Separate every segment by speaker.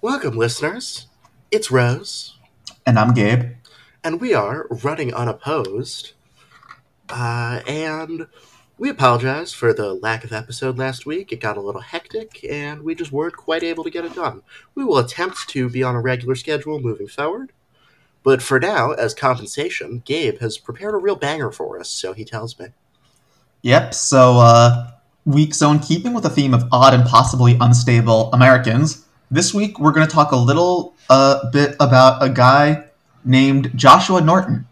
Speaker 1: Welcome, listeners. It's Rose,
Speaker 2: And I'm Gabe.
Speaker 1: and we are running unopposed. Uh, and we apologize for the lack of episode last week. It got a little hectic, and we just weren't quite able to get it done. We will attempt to be on a regular schedule moving forward. But for now, as compensation, Gabe has prepared a real banger for us, so he tells me.
Speaker 2: Yep, so, uh, week, so in keeping with the theme of odd and possibly unstable Americans, this week we're going to talk a little uh, bit about a guy named Joshua Norton.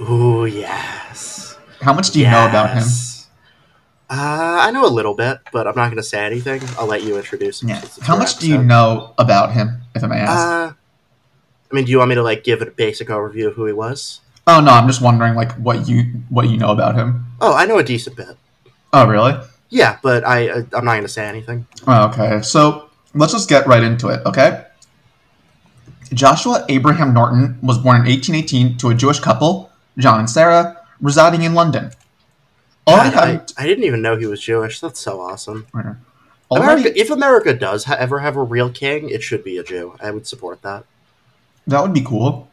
Speaker 1: Ooh, yes.
Speaker 2: How much do you know about him?
Speaker 1: Yes. Uh, I know a little bit, but I'm not going to say anything. I'll let you introduce him.
Speaker 2: Yeah.
Speaker 1: since it's
Speaker 2: How
Speaker 1: your
Speaker 2: much do you
Speaker 1: episode.
Speaker 2: know about him, if I may ask?
Speaker 1: Uh, I mean, do you want me to like give a basic overview of who he was?
Speaker 2: oh no, I'm just wondering like what you what you know about him.
Speaker 1: Oh, I know a decent bit.
Speaker 2: Oh really?
Speaker 1: Yeah, but I uh, I'm not gonna say anything.
Speaker 2: Oh, okay, so let's just get right into it, okay? Joshua Abraham Norton was born in 1818 to a Jewish couple, John and Sarah, residing in London. Already
Speaker 1: God, I,
Speaker 2: having-
Speaker 1: I didn't even know he was Jewish. That's so awesome.
Speaker 2: already-
Speaker 1: America, if America does ha- ever have a real king, it should be a Jew. I would support that.
Speaker 2: that would be cool.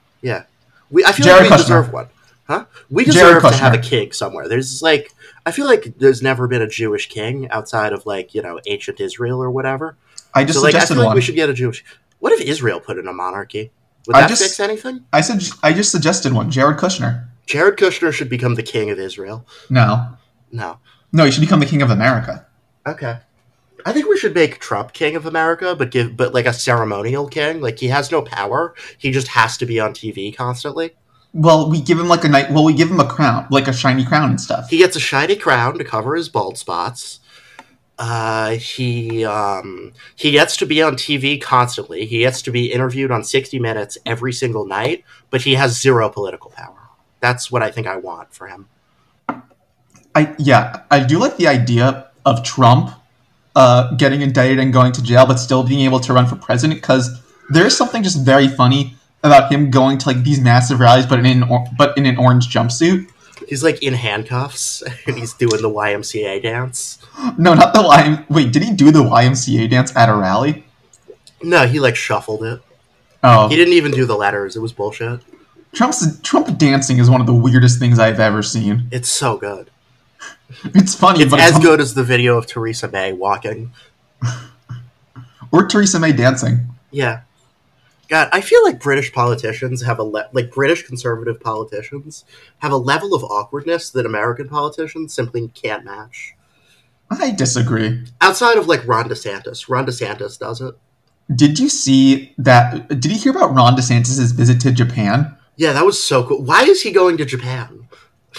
Speaker 1: We I feel
Speaker 2: Jared
Speaker 1: like we
Speaker 2: Kushner.
Speaker 1: deserve one. Huh? We
Speaker 2: Jared
Speaker 1: deserve to have a
Speaker 2: Kushner.
Speaker 1: king somewhere. There's like I feel like there's never been a Jewish king outside of like you know ancient Israel or whatever.
Speaker 2: I just
Speaker 1: so like I
Speaker 2: suggested
Speaker 1: feel like
Speaker 2: one.
Speaker 1: we should get a Jewish. What if Israel put in a monarchy? Would
Speaker 2: I
Speaker 1: that
Speaker 2: just-
Speaker 1: fix anything?
Speaker 2: I said I just suggested one. Jared Kushner.
Speaker 1: Jared Kushner should become the king of Israel.
Speaker 2: No,
Speaker 1: No.
Speaker 2: no, he should become the king of America.
Speaker 1: Okay. I think we should make Trump king of America, but give but like a ceremonial king. Like he has no power. He just has to be on TV constantly.
Speaker 2: Well, we give him like a night. Well, we give him a crown, like a shiny crown and stuff.
Speaker 1: He gets a shiny crown to cover his bald spots. Uh, he um he gets to be on TV constantly. He gets to be interviewed on 60 Minutes every single night, but he has zero political power. That's what I think I want for him.
Speaker 2: I yeah, I do like the idea of Trump uh, getting indicted and going to jail, but still being able to run for president because there is something just very funny about him going to like these massive rallies, but in an or- but in an orange jumpsuit.
Speaker 1: He's like in handcuffs and he's doing the YMCA dance.
Speaker 2: No, not the YM. Wait, did he do the YMCA dance at a rally?
Speaker 1: No, he like shuffled it. He
Speaker 2: Oh,
Speaker 1: didn't even do the letters. It was bullshit.
Speaker 2: Trump's Trump dancing is one of the weirdest things I've ever seen.
Speaker 1: It's so good.
Speaker 2: It's funny,
Speaker 1: It's
Speaker 2: but
Speaker 1: as
Speaker 2: it's-
Speaker 1: good as the video of Theresa May walking.
Speaker 2: Or Theresa May dancing.
Speaker 1: Yeah. God, I feel like British politicians have a le- like British conservative politicians have a level of awkwardness that American politicians simply can't match.
Speaker 2: I disagree.
Speaker 1: Outside of like Ron DeSantis, Ron DeSantis does it.
Speaker 2: Did you see that? Did you hear about Ron DeSantis' visit to Japan?
Speaker 1: Yeah, that was so cool. Why is he going to Japan?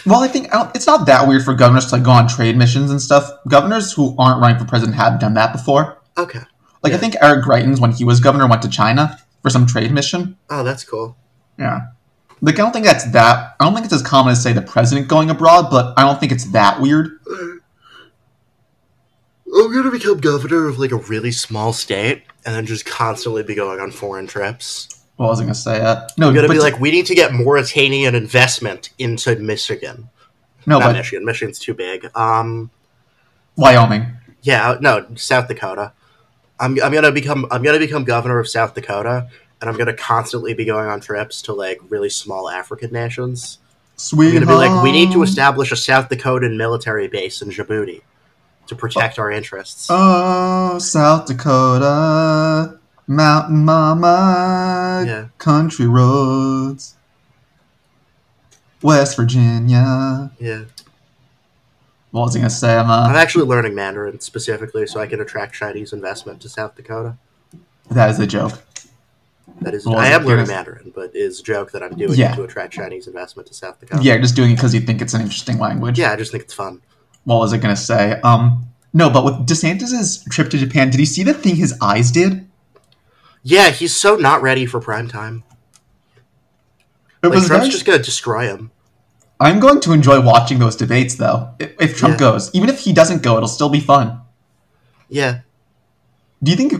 Speaker 2: Well, I think I don't, it's not that weird for governors to like go on trade missions and stuff. Governors who aren't running for president have done that before.
Speaker 1: Okay.
Speaker 2: Like
Speaker 1: Yeah.
Speaker 2: I think Eric Greitens, when he was governor, went to China for some trade mission.
Speaker 1: Oh, that's cool.
Speaker 2: Yeah. Like I don't think that's that. I don't think it's as common as say the president going abroad, but I don't think it's that weird.
Speaker 1: I'm gonna become governor of like a really small state and then just constantly be going on foreign trips.
Speaker 2: Well, I was gonna say uh, no.
Speaker 1: I'm gonna
Speaker 2: but
Speaker 1: be like, we need to get Mauritanian investment into Michigan.
Speaker 2: no,
Speaker 1: Not
Speaker 2: but
Speaker 1: Michigan. Michigan's too big. Um,
Speaker 2: Wyoming.
Speaker 1: yeah, no, South Dakota. I'm, I'm gonna become I'm gonna become governor of South Dakota, and I'm gonna constantly be going on trips to like really small African nations. I'm
Speaker 2: Sweet.
Speaker 1: gonna be like, we need to
Speaker 2: home.
Speaker 1: establish a South Dakotan military base in Djibouti to protect our interests.
Speaker 2: Oh, South Dakota, mountain mama,
Speaker 1: Yeah.
Speaker 2: country roads, West Virginia.
Speaker 1: Yeah,
Speaker 2: What was I gonna say? I'm,
Speaker 1: I'm
Speaker 2: uh,
Speaker 1: actually learning Mandarin specifically so I can attract Chinese investment to South Dakota.
Speaker 2: that is a joke.
Speaker 1: That is,
Speaker 2: Well,
Speaker 1: I am
Speaker 2: it
Speaker 1: learning
Speaker 2: is-
Speaker 1: Mandarin, but it is a joke that I'm doing
Speaker 2: Yeah.
Speaker 1: to attract Chinese investment to South Dakota.
Speaker 2: Yeah, just doing it because you think it's an interesting language.
Speaker 1: yeah, I just think it's fun.
Speaker 2: What was I gonna say? Um, no, but with DeSantis's trip to Japan, did you see the thing his eyes did?
Speaker 1: Yeah, he's so not ready for prime time.
Speaker 2: It
Speaker 1: Like,
Speaker 2: was
Speaker 1: Trump's
Speaker 2: very-
Speaker 1: just gonna destroy him.
Speaker 2: I'm going to enjoy watching those debates, though. If, if Trump
Speaker 1: Yeah.
Speaker 2: goes, even if he doesn't go, it'll still be fun.
Speaker 1: Yeah,
Speaker 2: Do you think?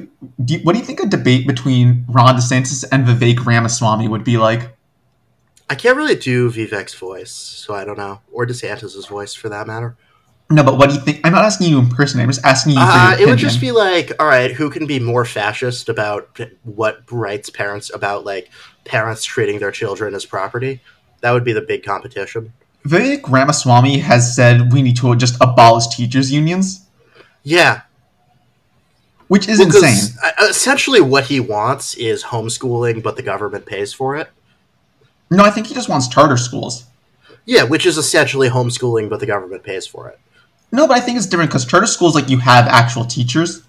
Speaker 2: Do you, what do you think a debate between Ron DeSantis and Vivek Ramaswamy would be like?
Speaker 1: I can't really do Vivek's voice, so I don't know, or DeSantis's voice for that matter.
Speaker 2: No, but what do you think? I'm not asking you in person. I'm just asking you for
Speaker 1: Uh,
Speaker 2: your
Speaker 1: it would
Speaker 2: opinion.
Speaker 1: just be like, all right, who can be more fascist about what writes parents about like parents treating their children as property? That would be the big competition.
Speaker 2: Vivek Ramaswamy has said we need to just abolish teachers' unions,
Speaker 1: Yeah,
Speaker 2: which is
Speaker 1: well, 'cause,
Speaker 2: insane.
Speaker 1: uh, Essentially, what he wants is homeschooling, but the government pays for it.
Speaker 2: No, I think he just wants charter schools.
Speaker 1: Yeah, which is essentially homeschooling, but the government pays for it.
Speaker 2: No, but I think it's different because charter schools, like you have actual teachers.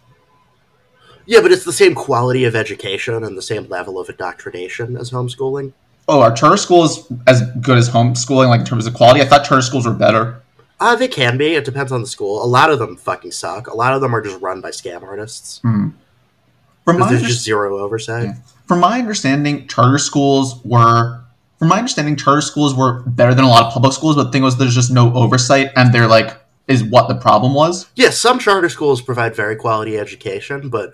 Speaker 1: Yeah, but it's the same quality of education and the same level of indoctrination as homeschooling.
Speaker 2: Oh, are charter schools as good as homeschooling, like in terms of quality? I thought charter schools were better.
Speaker 1: Uh, they can be. It depends on the school. A lot of them fucking suck. A lot of them are just run by scam artists.
Speaker 2: Hmm. From my
Speaker 1: Because there's
Speaker 2: underst-
Speaker 1: just zero oversight.
Speaker 2: Yeah. from my understanding, charter schools were, from my understanding, charter schools were better than a lot of public schools. But the thing was, there's just no oversight, and they're like, is what the problem was.
Speaker 1: Yes, some charter schools provide very quality education, but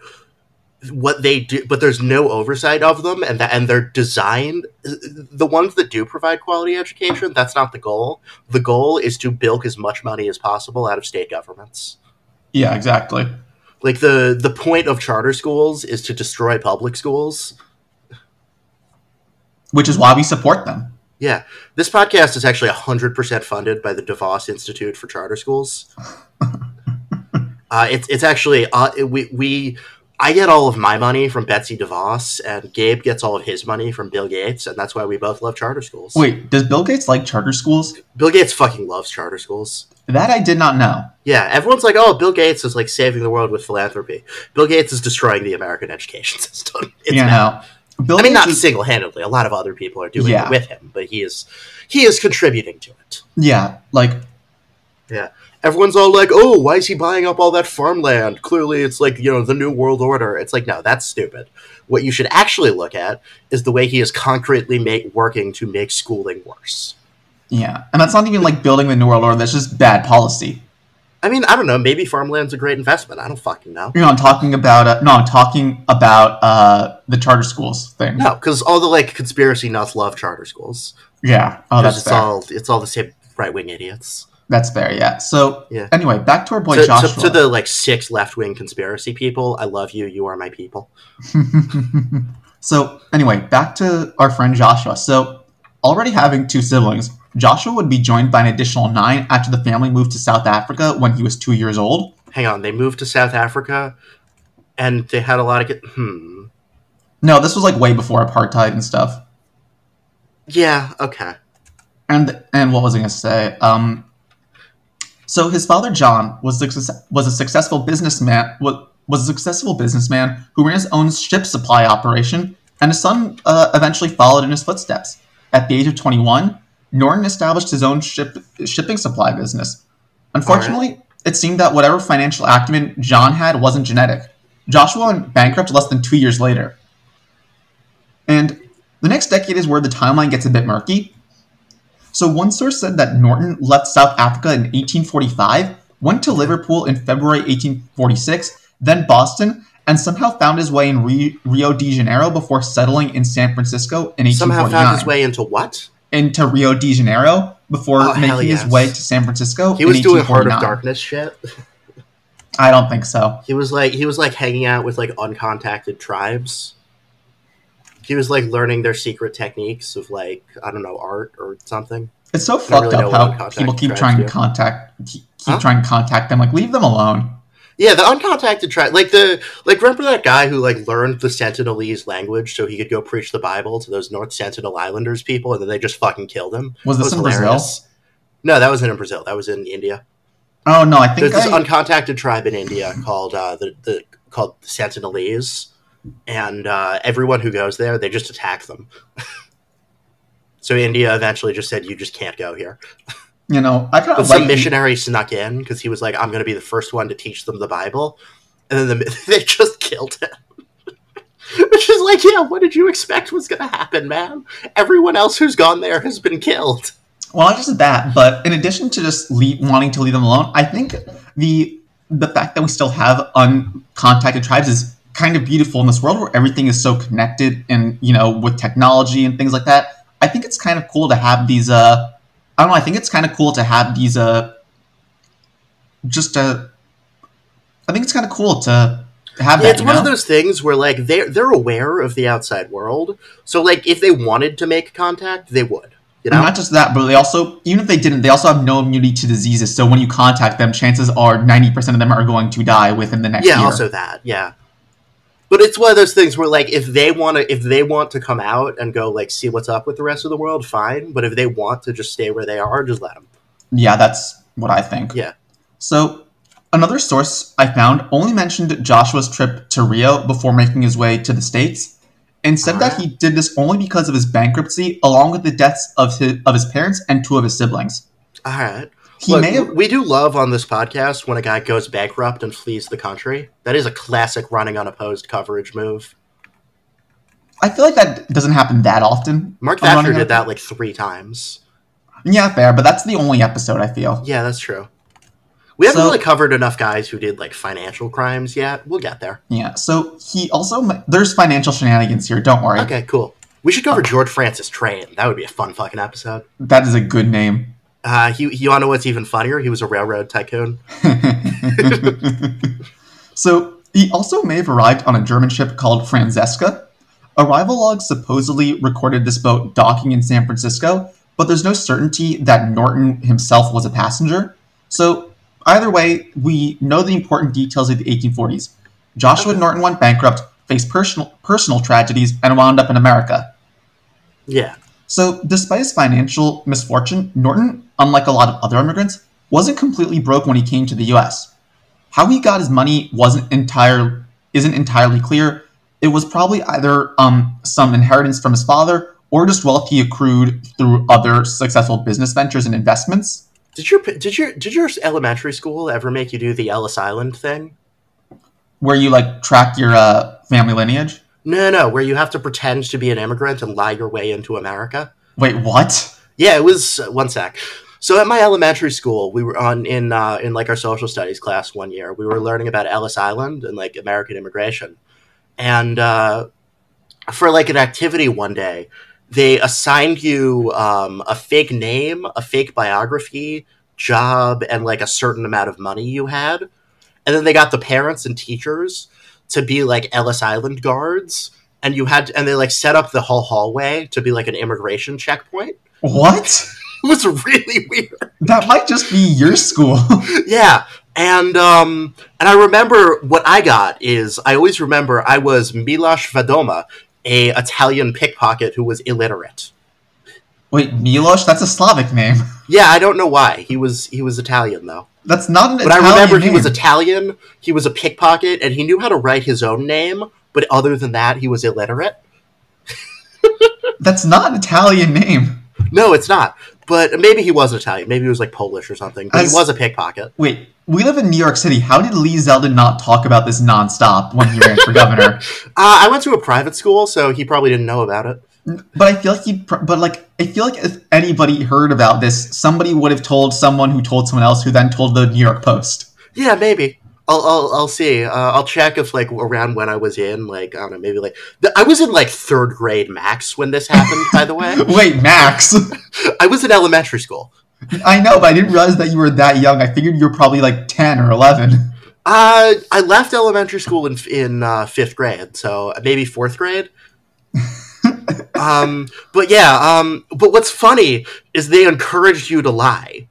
Speaker 1: what they do, but there's no oversight of them, and that, and they're designed. The ones that do provide quality education, that's not the goal. The goal is to bilk as much money as possible out of state governments.
Speaker 2: Yeah, exactly.
Speaker 1: Like the the point of charter schools is to destroy public schools.
Speaker 2: Which is why we support them.
Speaker 1: Yeah, this podcast is actually 100% funded by the DeVos Institute for Charter Schools. uh, it's it's actually uh, we we I get all of my money from Betsy DeVos, and Gabe gets all of his money from Bill Gates, and that's why we both love charter schools.
Speaker 2: Wait, does Bill Gates like charter schools?
Speaker 1: Bill Gates fucking loves charter schools.
Speaker 2: That I did not know.
Speaker 1: Yeah, everyone's like, "Oh, Bill Gates is like saving the world with philanthropy." Bill Gates is destroying the American education system. It's
Speaker 2: you
Speaker 1: bad.
Speaker 2: know, Bill
Speaker 1: I mean,
Speaker 2: Gates
Speaker 1: not
Speaker 2: is-
Speaker 1: single handedly. A lot of other people are doing
Speaker 2: Yeah.
Speaker 1: it with him, but he is he is contributing to it.
Speaker 2: yeah, like
Speaker 1: everyone's all like, "Oh, why is he buying up all that farmland? Clearly, it's like you know the new world order." It's like, no, that's stupid. What you should actually look at is the way he is concretely make working to make schooling worse.
Speaker 2: yeah, and that's not even like building the new world order. That's just bad policy.
Speaker 1: I mean, I don't know. Maybe farmland's a great investment. I don't fucking know.
Speaker 2: You know, I'm talking about uh, no, I'm talking about uh, the charter schools thing.
Speaker 1: No, because all the like conspiracy nuts love charter schools.
Speaker 2: Yeah, oh,
Speaker 1: 'Cause
Speaker 2: that's
Speaker 1: it's
Speaker 2: fair.
Speaker 1: all it's all the same right wing idiots.
Speaker 2: That's fair. Yeah. So
Speaker 1: Yeah.
Speaker 2: anyway, back to our boy
Speaker 1: to, to-
Speaker 2: Joshua.
Speaker 1: to the like six left wing conspiracy people, I love you. You are my people.
Speaker 2: so anyway, back to our friend Joshua. So already having two siblings, Joshua would be joined by an additional nine after the family moved to South Africa when he was two years old.
Speaker 1: Hang on, they moved to South Africa, and they had a lot of get- hmm.
Speaker 2: No, this was like way before apartheid and stuff.
Speaker 1: Yeah, okay.
Speaker 2: And and what was I going to say? Um, so his father John was success- was a successful businessman was, was a successful businessman who ran his own ship supply operation, and his son uh, eventually followed in his footsteps. At the age of twenty one, Norton established his own ship shipping supply business. Unfortunately, it seemed that whatever financial acumen John had wasn't genetic. Joshua went bankrupt less than two years later. And the next decade is where the timeline gets a bit murky. So one source said that Norton left South Africa in 1845, went to Liverpool in February 1846, then Boston, and somehow found his way in Ri- Rio de Janeiro before settling in San Francisco in 1849.
Speaker 1: somehow found his way into what?
Speaker 2: into Rio de Janeiro before
Speaker 1: Oh, hell
Speaker 2: making
Speaker 1: yes.
Speaker 2: his way to San Francisco.
Speaker 1: He
Speaker 2: in
Speaker 1: was doing Heart
Speaker 2: 1849.
Speaker 1: of Darkness shit.
Speaker 2: I don't think so.
Speaker 1: He was like he was like hanging out with like uncontacted tribes. He was like learning their secret techniques of like I don't know art or something.
Speaker 2: It's so
Speaker 1: don't
Speaker 2: fucked
Speaker 1: really know
Speaker 2: up
Speaker 1: what
Speaker 2: how
Speaker 1: uncontact
Speaker 2: people keep
Speaker 1: tribes
Speaker 2: trying to
Speaker 1: do.
Speaker 2: contact, keep keep
Speaker 1: Huh?
Speaker 2: trying to contact them. Like leave them alone.
Speaker 1: Yeah, the uncontacted tribe, like the like remember that guy who like learned the Sentinelese language so he could go preach the Bible to those North Sentinel Islanders people, and then they just fucking killed him.
Speaker 2: Was
Speaker 1: That
Speaker 2: this in Brazil?
Speaker 1: hilarious. No, that wasn't in Brazil. That was in India.
Speaker 2: Oh no, I
Speaker 1: There's
Speaker 2: think
Speaker 1: this
Speaker 2: I,
Speaker 1: uncontacted tribe in India called uh, the, the called Sentinelese, and uh, everyone who goes there, they just attack them. so India eventually just said, "You just can't go here."
Speaker 2: you know I kind
Speaker 1: But
Speaker 2: of
Speaker 1: some
Speaker 2: Oh, like
Speaker 1: missionary snuck in because he was like, "I'm going to be the first one to teach them the Bible," and then the, they just killed him. Which is like, yeah, what did you expect was going to happen, man? Everyone else who's gone there has been killed.
Speaker 2: well, not just that, but in addition to just leave, wanting to leave them alone, I think the the fact that we still have uncontacted tribes is kind of beautiful in this world where everything is so connected and you know with technology and things like that. I think it's kind of cool to have these. Uh, I don't know. I think it's kind of cool to have these. Uh, just a. I think it's kind of cool to have
Speaker 1: Yeah,
Speaker 2: that.
Speaker 1: it's
Speaker 2: you
Speaker 1: one of
Speaker 2: know?
Speaker 1: those things where like they are they're aware of the outside world, so like if they wanted to make contact, they would. You know,
Speaker 2: Not just that, but they also, even if they didn't, they also have no immunity to diseases. So when you contact them, chances are ninety percent of them are going to die within the next
Speaker 1: yeah,
Speaker 2: year.
Speaker 1: also that, yeah. But it's one of those things where like if they want to if they want to come out and go like see what's up with the rest of the world, fine. But if they want to just stay where they are, just let them.
Speaker 2: Yeah, that's what I think.
Speaker 1: Yeah.
Speaker 2: So, another source I found only mentioned Joshua's trip to Rio before making his way to the States and said that he did this only because of his bankruptcy, along with the deaths of his, of his parents and two of his siblings.
Speaker 1: All right.
Speaker 2: He
Speaker 1: Look,
Speaker 2: may have.
Speaker 1: we do love on this podcast when a guy goes bankrupt and flees the country. That is a classic running unopposed coverage move.
Speaker 2: I feel like that doesn't happen that often.
Speaker 1: Mark
Speaker 2: I'm
Speaker 1: Thatcher
Speaker 2: running out
Speaker 1: did
Speaker 2: of-
Speaker 1: that like three times.
Speaker 2: Yeah, fair, but that's the only episode I feel.
Speaker 1: Yeah, that's true. We haven't
Speaker 2: So-
Speaker 1: really covered enough guys who did like financial crimes yet. We'll get there.
Speaker 2: Yeah. So he also m- there's financial shenanigans here. Don't worry.
Speaker 1: Okay, cool. We should cover George Francis Train. That would be a fun fucking episode.
Speaker 2: That is a good name.
Speaker 1: Uh, he, you want to know what's even funnier? He was a railroad tycoon.
Speaker 2: so he also may have arrived on a German ship called Franziska. Arrival logs supposedly recorded this boat docking in San Francisco, but there's no certainty that Norton himself was a passenger. So either way, we know the important details of the 1840s. Joshua
Speaker 1: Okay.
Speaker 2: Norton went bankrupt, faced personal personal tragedies, and wound up in America.
Speaker 1: Yeah.
Speaker 2: So, despite his financial misfortune, Norton, unlike a lot of other immigrants, wasn't completely broke when he came to the US. How he got his money wasn't entire isn't entirely clear. It was probably either um, some inheritance from his father or just wealth he accrued through other successful business ventures and investments.
Speaker 1: Did your did your did your elementary school ever make you do the Ellis Island thing?
Speaker 2: Where you like track your uh, family lineage.
Speaker 1: No, no, where you have to pretend to be an immigrant and lie your way into America.
Speaker 2: Wait, what?
Speaker 1: Yeah, it was uh, one sec. So at my elementary school, we were on in uh, in like our social studies class one year. We were learning about Ellis Island and like American immigration, and uh, for like an activity one day, they assigned you um, a fake name, a fake biography, job, and like a certain amount of money you had, and then they got the parents and teachers to be like Ellis Island guards, and you had and they like set up the whole hallway to be like an immigration checkpoint.
Speaker 2: What?
Speaker 1: It was really weird.
Speaker 2: That might just be your school.
Speaker 1: Yeah. And um and I remember what I got is I always remember I was Miloš Vadoma, a Italian pickpocket who was illiterate.
Speaker 2: Wait, Milosh? That's a Slavic name.
Speaker 1: Yeah, I don't know why. He was he was Italian though.
Speaker 2: That's not an
Speaker 1: But
Speaker 2: Italian
Speaker 1: I remember
Speaker 2: name.
Speaker 1: he was Italian, he was a pickpocket and he knew how to write his own name, but other than that he was illiterate.
Speaker 2: That's not an Italian name.
Speaker 1: No, it's not. But maybe he was Italian. Maybe he was like Polish or something. But
Speaker 2: As-
Speaker 1: he was a pickpocket.
Speaker 2: Wait, we live in New York City. How did Lee Zeldin not talk about this nonstop when he ran for governor?
Speaker 1: Uh, I went to a private school, so he probably didn't know about it.
Speaker 2: But I feel like he, pr- but like I feel like if anybody heard about this, somebody would have told someone who told someone else, who then told the New York Post.
Speaker 1: Yeah, maybe. I'll I'll, I'll see. Uh, I'll check if like around when I was in like I don't know maybe like th- I was in like third grade max when this happened. by the way,
Speaker 2: Wait, Max.
Speaker 1: I was in elementary school.
Speaker 2: I know, but I didn't realize that you were that young. I figured you were probably like ten or eleven.
Speaker 1: Uh, I left elementary school in in uh, fifth grade, so maybe fourth grade. um, but yeah. Um, but what's funny is they encouraged you to lie.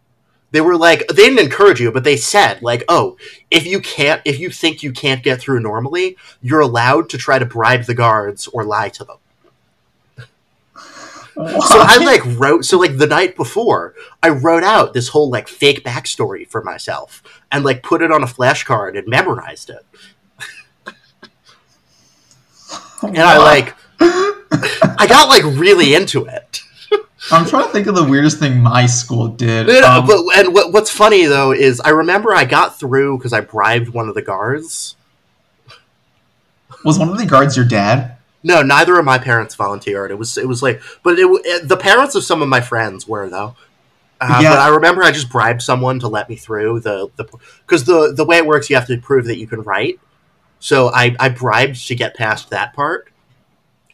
Speaker 1: They were like they didn't encourage you, but they said like, "Oh, if you can't, if you think you can't get through normally, you're allowed to try to bribe the guards or lie to them." So I like wrote so like the night before I wrote out this whole like fake backstory for myself and like put it on a flashcard and memorized it. And I like I got like really into it.
Speaker 2: I'm trying to think of the weirdest thing my school did.
Speaker 1: But,
Speaker 2: Um,
Speaker 1: but and what, what's funny though is I remember I got through because I bribed one of the guards.
Speaker 2: was one of the guards your dad?
Speaker 1: No, neither of my parents volunteered. It was it was like, but it, w- it- the parents of some of my friends were though. Uh,
Speaker 2: Yeah.
Speaker 1: But I remember I just bribed someone to let me through the the because the the way it works, you have to prove that you can write. So I I bribed to get past that part,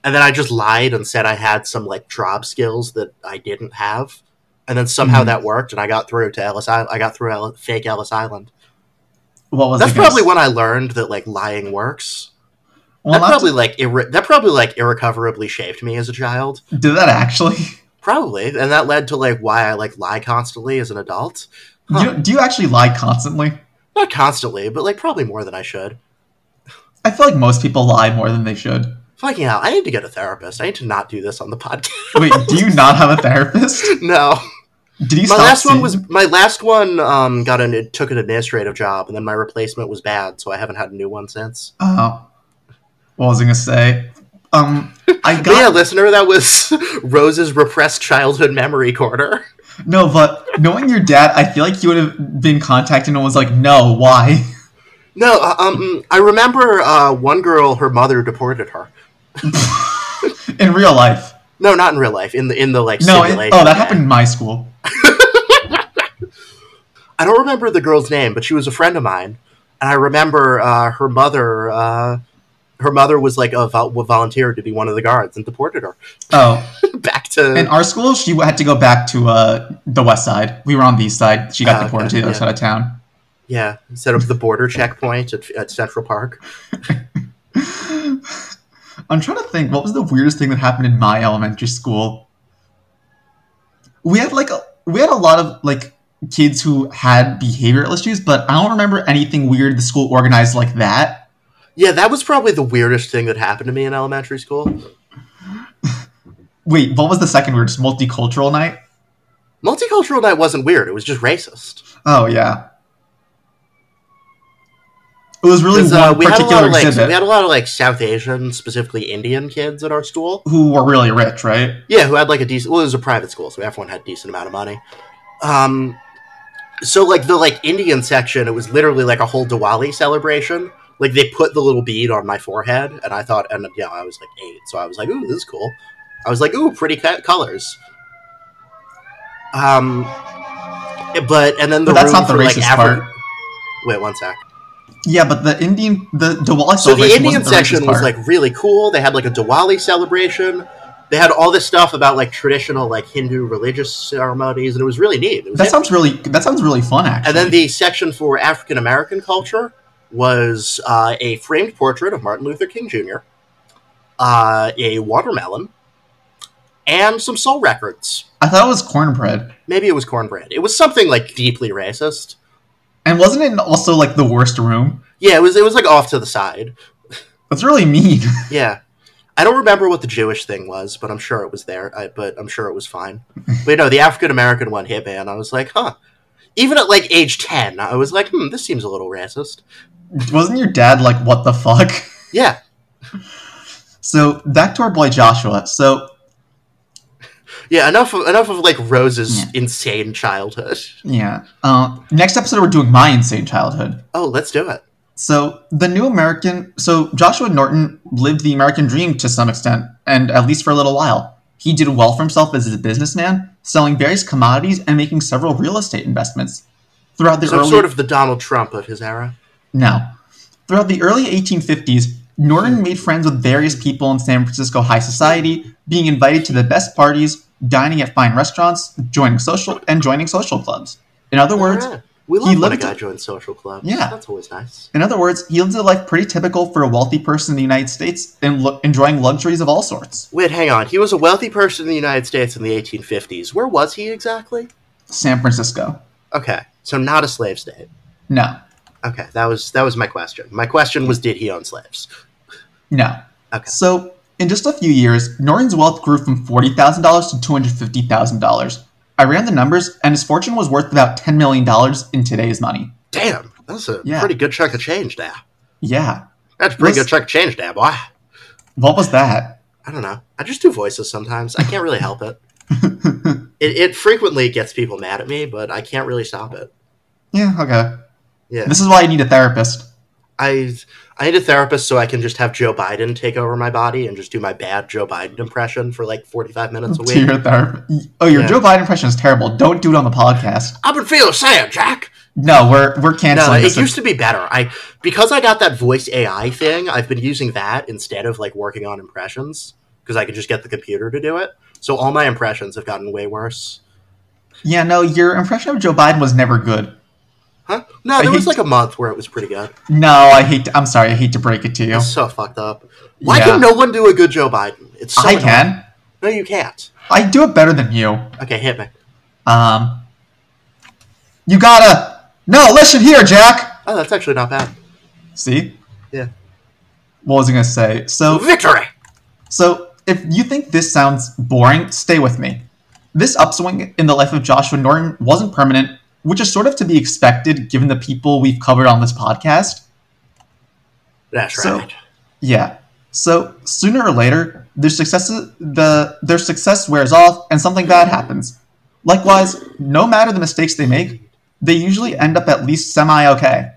Speaker 1: and then I just lied and said I had some like job skills that I didn't have, and then somehow
Speaker 2: Mhm.
Speaker 1: that worked, and I got through to Ellis. I, I got through Ellis, fake Ellis Island.
Speaker 2: what was
Speaker 1: That's
Speaker 2: it gonna
Speaker 1: probably
Speaker 2: s-
Speaker 1: when I learned that like lying works.
Speaker 2: Well,
Speaker 1: that
Speaker 2: not
Speaker 1: probably like irre- that probably like irrecoverably shaped me as a child.
Speaker 2: to- did that actually?
Speaker 1: Probably, and that led to like why I like lie constantly as an adult. Huh.
Speaker 2: Do, you, do you actually lie constantly?
Speaker 1: Not constantly, but like probably more than I should.
Speaker 2: I feel like most people lie more than they should.
Speaker 1: Fucking hell, I need to get a therapist. I need to not do this on the podcast.
Speaker 2: Wait, do you not have a therapist?
Speaker 1: no,
Speaker 2: Did you
Speaker 1: my
Speaker 2: stop
Speaker 1: last one
Speaker 2: seeing-
Speaker 1: was my last one um, got an it took an administrative job, and then my replacement was bad, so I haven't had a new one since.
Speaker 2: Oh, what was I gonna say? Um, I
Speaker 1: But yeah,
Speaker 2: got
Speaker 1: listener, that was Rose's repressed childhood memory corner.
Speaker 2: no, but knowing your dad, I feel like you would have been contacted and was like, "No, why?"
Speaker 1: No, uh, um, I remember uh, one girl, her mother deported her.
Speaker 2: In real life,
Speaker 1: No, not in real life. In the in the like
Speaker 2: no. it-
Speaker 1: simulation.
Speaker 2: oh, that happened in my school.
Speaker 1: I don't remember the girl's name, but she was a friend of mine, and I remember uh, her mother. Uh, her mother was like a vol- volunteered to be one of the guards and deported her
Speaker 2: Oh,
Speaker 1: back to.
Speaker 2: in our school, she had to go back to uh the west side. We were on the east side. She got
Speaker 1: Ah,
Speaker 2: deported
Speaker 1: okay,
Speaker 2: to the other
Speaker 1: yeah.
Speaker 2: side of town.
Speaker 1: Yeah, instead of the border checkpoint at, at Central Park.
Speaker 2: I'm trying to think. What was the weirdest thing that happened in my elementary school? We had like a we had a lot of like kids who had behavioral issues, but I don't remember anything weird the school organized like that.
Speaker 1: Yeah, that was probably the weirdest thing that happened to me in elementary school.
Speaker 2: Wait, what was the second weirdest? Multicultural night?
Speaker 1: Multicultural night wasn't weird; it was just racist.
Speaker 2: Oh yeah. It was really
Speaker 1: 'Cause,
Speaker 2: one
Speaker 1: uh, we had a lot
Speaker 2: particular
Speaker 1: of like
Speaker 2: exhibit
Speaker 1: we had a lot of like South Asian, specifically Indian kids at our school.
Speaker 2: who were really rich, right?
Speaker 1: Yeah, who had like a decent. Well, it was a private school, so everyone had a decent amount of money. Um, so like the like Indian section, it was literally like a whole Diwali celebration. Like they put the little bead on my forehead, and I thought, and yeah, I was like eight, so I was like, ooh, this is cool. I was like, ooh, pretty co- colors. Um, but and then the
Speaker 2: But that's
Speaker 1: room
Speaker 2: not the
Speaker 1: for, like,
Speaker 2: racist
Speaker 1: Afri-
Speaker 2: part.
Speaker 1: Wait one sec.
Speaker 2: Yeah, but the Indian the Diwali
Speaker 1: So the
Speaker 2: celebration
Speaker 1: Indian
Speaker 2: wasn't the racist
Speaker 1: section
Speaker 2: part.
Speaker 1: was like really cool. They had like a Diwali celebration. They had all this stuff about like traditional like Hindu religious ceremonies, and it was really neat. It was
Speaker 2: that
Speaker 1: it.
Speaker 2: sounds really that sounds really fun actually.
Speaker 1: and then the section for African American culture was uh, a framed portrait of Martin Luther King Jr., uh, a watermelon, and some soul records.
Speaker 2: I thought it was cornbread.
Speaker 1: Maybe it was cornbread. It was something like deeply racist.
Speaker 2: And wasn't it also like the worst room?
Speaker 1: Yeah, it was. It was like off to the side.
Speaker 2: That's really mean.
Speaker 1: Yeah. I don't remember what the Jewish thing was, but I'm sure it was there. I, but I'm sure it was fine. But no, the African American one hit me, and I was like, huh. Even at like age ten, I was like, hmm, this seems a little racist.
Speaker 2: wasn't your dad like, what the fuck?
Speaker 1: Yeah,
Speaker 2: So back to our boy Joshua. So
Speaker 1: yeah. Enough, of, enough of like Rose's
Speaker 2: Yeah.
Speaker 1: insane childhood.
Speaker 2: yeah. Uh, next episode we're doing my insane childhood.
Speaker 1: Oh, let's do it.
Speaker 2: So the new American so Joshua Norton lived the American dream to some extent, and at least for a little while. He did well for himself as a businessman, selling various commodities and making several real estate investments. Throughout the
Speaker 1: So
Speaker 2: early
Speaker 1: sort of the Donald Trump of his era.
Speaker 2: No. Throughout the early 1850s, Norton made friends with various people in San Francisco high society, being invited to the best parties, dining at fine restaurants, joining social and joining social clubs. In other words,
Speaker 1: Yeah. We love when a
Speaker 2: lived
Speaker 1: guy
Speaker 2: it-
Speaker 1: joins social club.
Speaker 2: Yeah.
Speaker 1: that's always nice.
Speaker 2: in other words, he lived a life pretty typical for a wealthy person in the United States and lo- enjoying luxuries of all sorts.
Speaker 1: Wait, hang on. He was a wealthy person in the United States in the 1850s. Where was he exactly?
Speaker 2: San Francisco.
Speaker 1: Okay, so not a slave state.
Speaker 2: No.
Speaker 1: Okay, that was that was my question. My question was, did he own slaves?
Speaker 2: No.
Speaker 1: Okay.
Speaker 2: So, in just a few years, Norton's wealth grew from $40,000 to $250,000. I ran the numbers, and his fortune was worth about $10 million in today's money.
Speaker 1: Damn, that's a
Speaker 2: Yeah.
Speaker 1: pretty good chunk of change now.
Speaker 2: Yeah.
Speaker 1: That's a pretty
Speaker 2: Let's-
Speaker 1: good chunk of change now, boy.
Speaker 2: What was that?
Speaker 1: I don't know. I just do voices sometimes. I can't really help it. it. It frequently gets people mad at me, but I can't really stop it.
Speaker 2: Yeah, okay.
Speaker 1: Yeah,
Speaker 2: This is why I need a therapist.
Speaker 1: I I need a therapist so I can just have Joe Biden take over my body and just do my bad Joe Biden impression for like forty five minutes a
Speaker 2: To
Speaker 1: week.
Speaker 2: your therapist. Oh, your
Speaker 1: Yeah.
Speaker 2: Joe Biden impression is terrible. Don't do it on the podcast.
Speaker 1: I've been feeling sad, Jack.
Speaker 2: No, we're we're
Speaker 1: No,
Speaker 2: canceling
Speaker 1: it
Speaker 2: this.
Speaker 1: used to be better. I because I got that voice AI thing, I've been using that instead of like working on impressions because I could just get the computer to do it. So all my impressions have gotten way worse.
Speaker 2: yeah, no, your impression of Joe Biden was never good.
Speaker 1: Huh? No, there
Speaker 2: I
Speaker 1: was
Speaker 2: hate-
Speaker 1: like a month where it was pretty good.
Speaker 2: No, I hate. To, I'm sorry. I hate to break it to you.
Speaker 1: It's so fucked up. Why
Speaker 2: Oh. Yeah.
Speaker 1: can no one do a good Joe Biden? It's so
Speaker 2: I
Speaker 1: annoying.
Speaker 2: can.
Speaker 1: No, you can't.
Speaker 2: I do it better than you.
Speaker 1: Okay, hit me.
Speaker 2: Um, you gotta. No, listen here, Jack.
Speaker 1: Oh, that's actually not bad.
Speaker 2: See,
Speaker 1: Yeah.
Speaker 2: what was I gonna say? So
Speaker 1: Victory.
Speaker 2: So, if you think this sounds boring, stay with me. This upswing in the life of Joshua Norton wasn't permanent, which is sort of to be expected given the people we've covered on this podcast.
Speaker 1: That's
Speaker 2: So-
Speaker 1: right.
Speaker 2: Yeah. So, sooner or later, their success the their success wears off and something bad happens. Likewise, no matter the mistakes they make, they usually end up at least semi okay.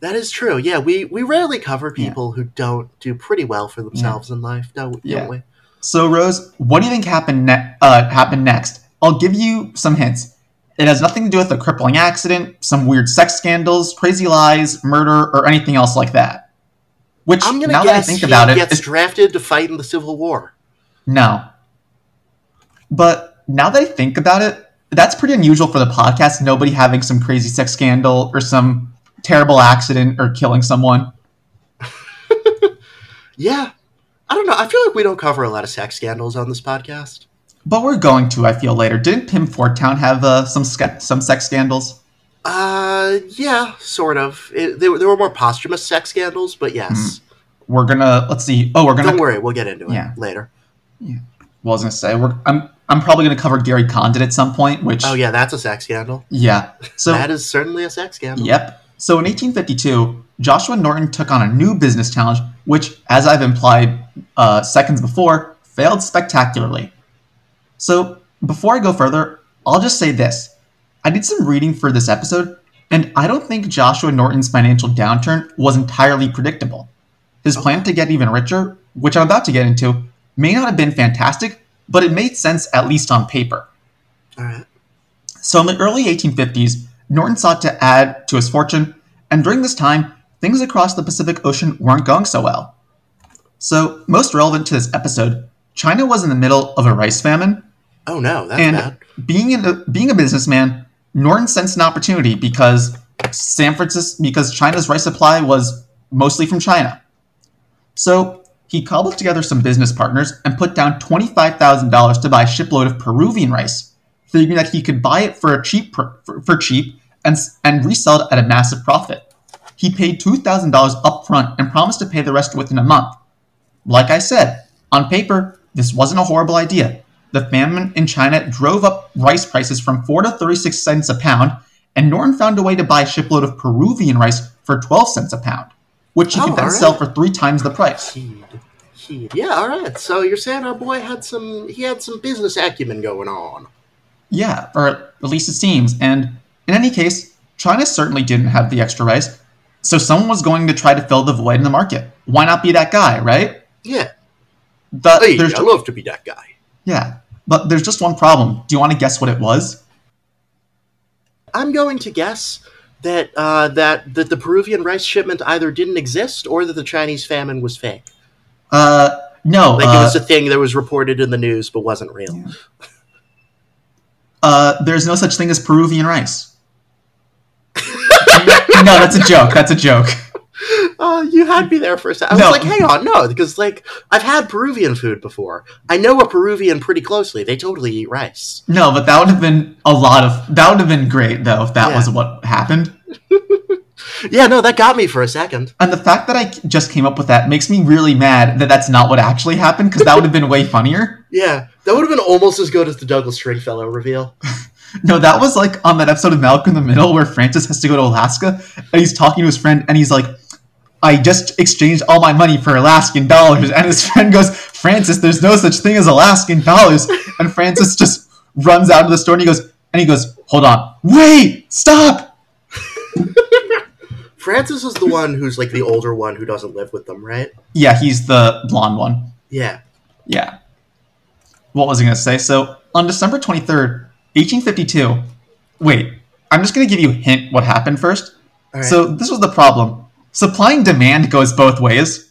Speaker 1: That is true. Yeah, we we rarely cover
Speaker 2: Yeah.
Speaker 1: people who don't do pretty well for themselves in life, don't,
Speaker 2: Yeah.
Speaker 1: don't we?
Speaker 2: So, Rose, what do you think happened, ne- uh, happened next? I'll give you some hints. It has nothing to do with a crippling accident, some weird sex scandals, crazy lies, murder, or anything else like that. Which,
Speaker 1: I'm gonna
Speaker 2: now that I
Speaker 1: guess
Speaker 2: think
Speaker 1: he
Speaker 2: about it,
Speaker 1: gets
Speaker 2: is-
Speaker 1: drafted to fight in the Civil War.
Speaker 2: no. But now that I think about it, that's pretty unusual for the podcast. Nobody having some crazy sex scandal or some terrible accident or killing someone.
Speaker 1: Yeah, I don't know. I feel like we don't cover a lot of sex scandals on this podcast.
Speaker 2: But we're going to, I feel, later. Didn't Pim Fortown have uh, some sca- some sex scandals?
Speaker 1: Uh, yeah, sort of. It, there, were- there were more posthumous sex scandals, but yes.
Speaker 2: We're gonna let's see. Oh, we're gonna
Speaker 1: Don't worry, we'll get into it
Speaker 2: Mm-hmm. Yeah.
Speaker 1: later.
Speaker 2: Well, I was gonna say we're, I'm I'm probably gonna cover Gary Condit at some point, which
Speaker 1: Oh yeah, that's a sex scandal.
Speaker 2: yeah. So
Speaker 1: that is certainly a sex scandal.
Speaker 2: yep. So in 1852, Joshua Norton took on a new business challenge, which, as I've implied uh, seconds before, failed spectacularly. So before I go further, I'll just say this: I did some reading for this episode, and I don't think Joshua Norton's financial downturn was entirely predictable. His plan to get even richer, which I'm about to get into, may not have been fantastic, but it made sense at least on paper.
Speaker 1: All right.
Speaker 2: So in the early 1850s, Norton sought to add to his fortune, and during this time, things across the Pacific Ocean weren't going so well. So, most relevant to this episode, China was in the middle of a rice famine,
Speaker 1: Oh no, that's
Speaker 2: and
Speaker 1: bad.
Speaker 2: being a, being a businessman, Norton sensed an opportunity because San Francisco because China's rice supply was mostly from China. So he cobbled together some business partners and put down twenty five thousand dollars to buy a shipload of Peruvian rice, figuring that he could buy it for a cheap pr- for, for cheap and s- and resell it at a massive profit. He paid two thousand dollars upfront and promised to pay the rest within a month. Like I said, on paper, this wasn't a horrible idea. The famine in China drove up rice prices from 4 to 36 cents a pound, and Norton found a way to buy a shipload of Peruvian rice for 12 cents a pound, which he
Speaker 1: Oh,
Speaker 2: could then
Speaker 1: all right.
Speaker 2: sell for three times the price.
Speaker 1: Heed. Heed. Yeah, all right. So you're saying our boy had some he had some business acumen going on.
Speaker 2: Yeah, or at least it seems. And in any case, China certainly didn't have the extra rice, so someone was going to try to fill the void in the market. Why not be that guy, right?
Speaker 1: Yeah.
Speaker 2: The-
Speaker 1: Hey,
Speaker 2: there's-
Speaker 1: I love to be that guy.
Speaker 2: yeah, but there's just one problem. Do you want to guess what it was?
Speaker 1: I'm going to guess that uh, that that the Peruvian rice shipment either didn't exist or that the Chinese famine was fake.
Speaker 2: Uh, no.
Speaker 1: Like
Speaker 2: uh,
Speaker 1: it was a thing that was reported in the news but wasn't real.
Speaker 2: Yeah. Uh, there's no such thing as Peruvian rice. no, that's a joke. That's a joke.
Speaker 1: Oh, you had me there for a second. I
Speaker 2: No.
Speaker 1: was like, hang on, no, because like I've had Peruvian food before. I know a Peruvian pretty closely. They totally eat rice.
Speaker 2: No, but that would have been a lot of. That would have been great though if that
Speaker 1: Yeah.
Speaker 2: was what happened.
Speaker 1: Yeah, no, that got me for a second.
Speaker 2: And the fact that I c- just came up with that makes me really mad that that's not what actually happened because that would have been way funnier.
Speaker 1: Yeah, that would have been almost as good as the Douglas Stringfellow reveal.
Speaker 2: No, that was like on that episode of Malcolm in the Middle where Francis has to go to Alaska and he's talking to his friend and he's like, I just exchanged all my money for Alaskan dollars. And his friend goes, Francis, there's no such thing as Alaskan dollars. And Francis just runs out of the store and he goes, and he goes, hold on, wait, stop.
Speaker 1: Francis is the one who's like the older one who doesn't live with them, right?
Speaker 2: Yeah, he's the blonde one.
Speaker 1: Yeah.
Speaker 2: Yeah. What was I going to say? So on December 23rd, 1852, wait, I'm just going to give you a hint what happened first.
Speaker 1: All right.
Speaker 2: So this was the problem. Supply and demand goes both ways.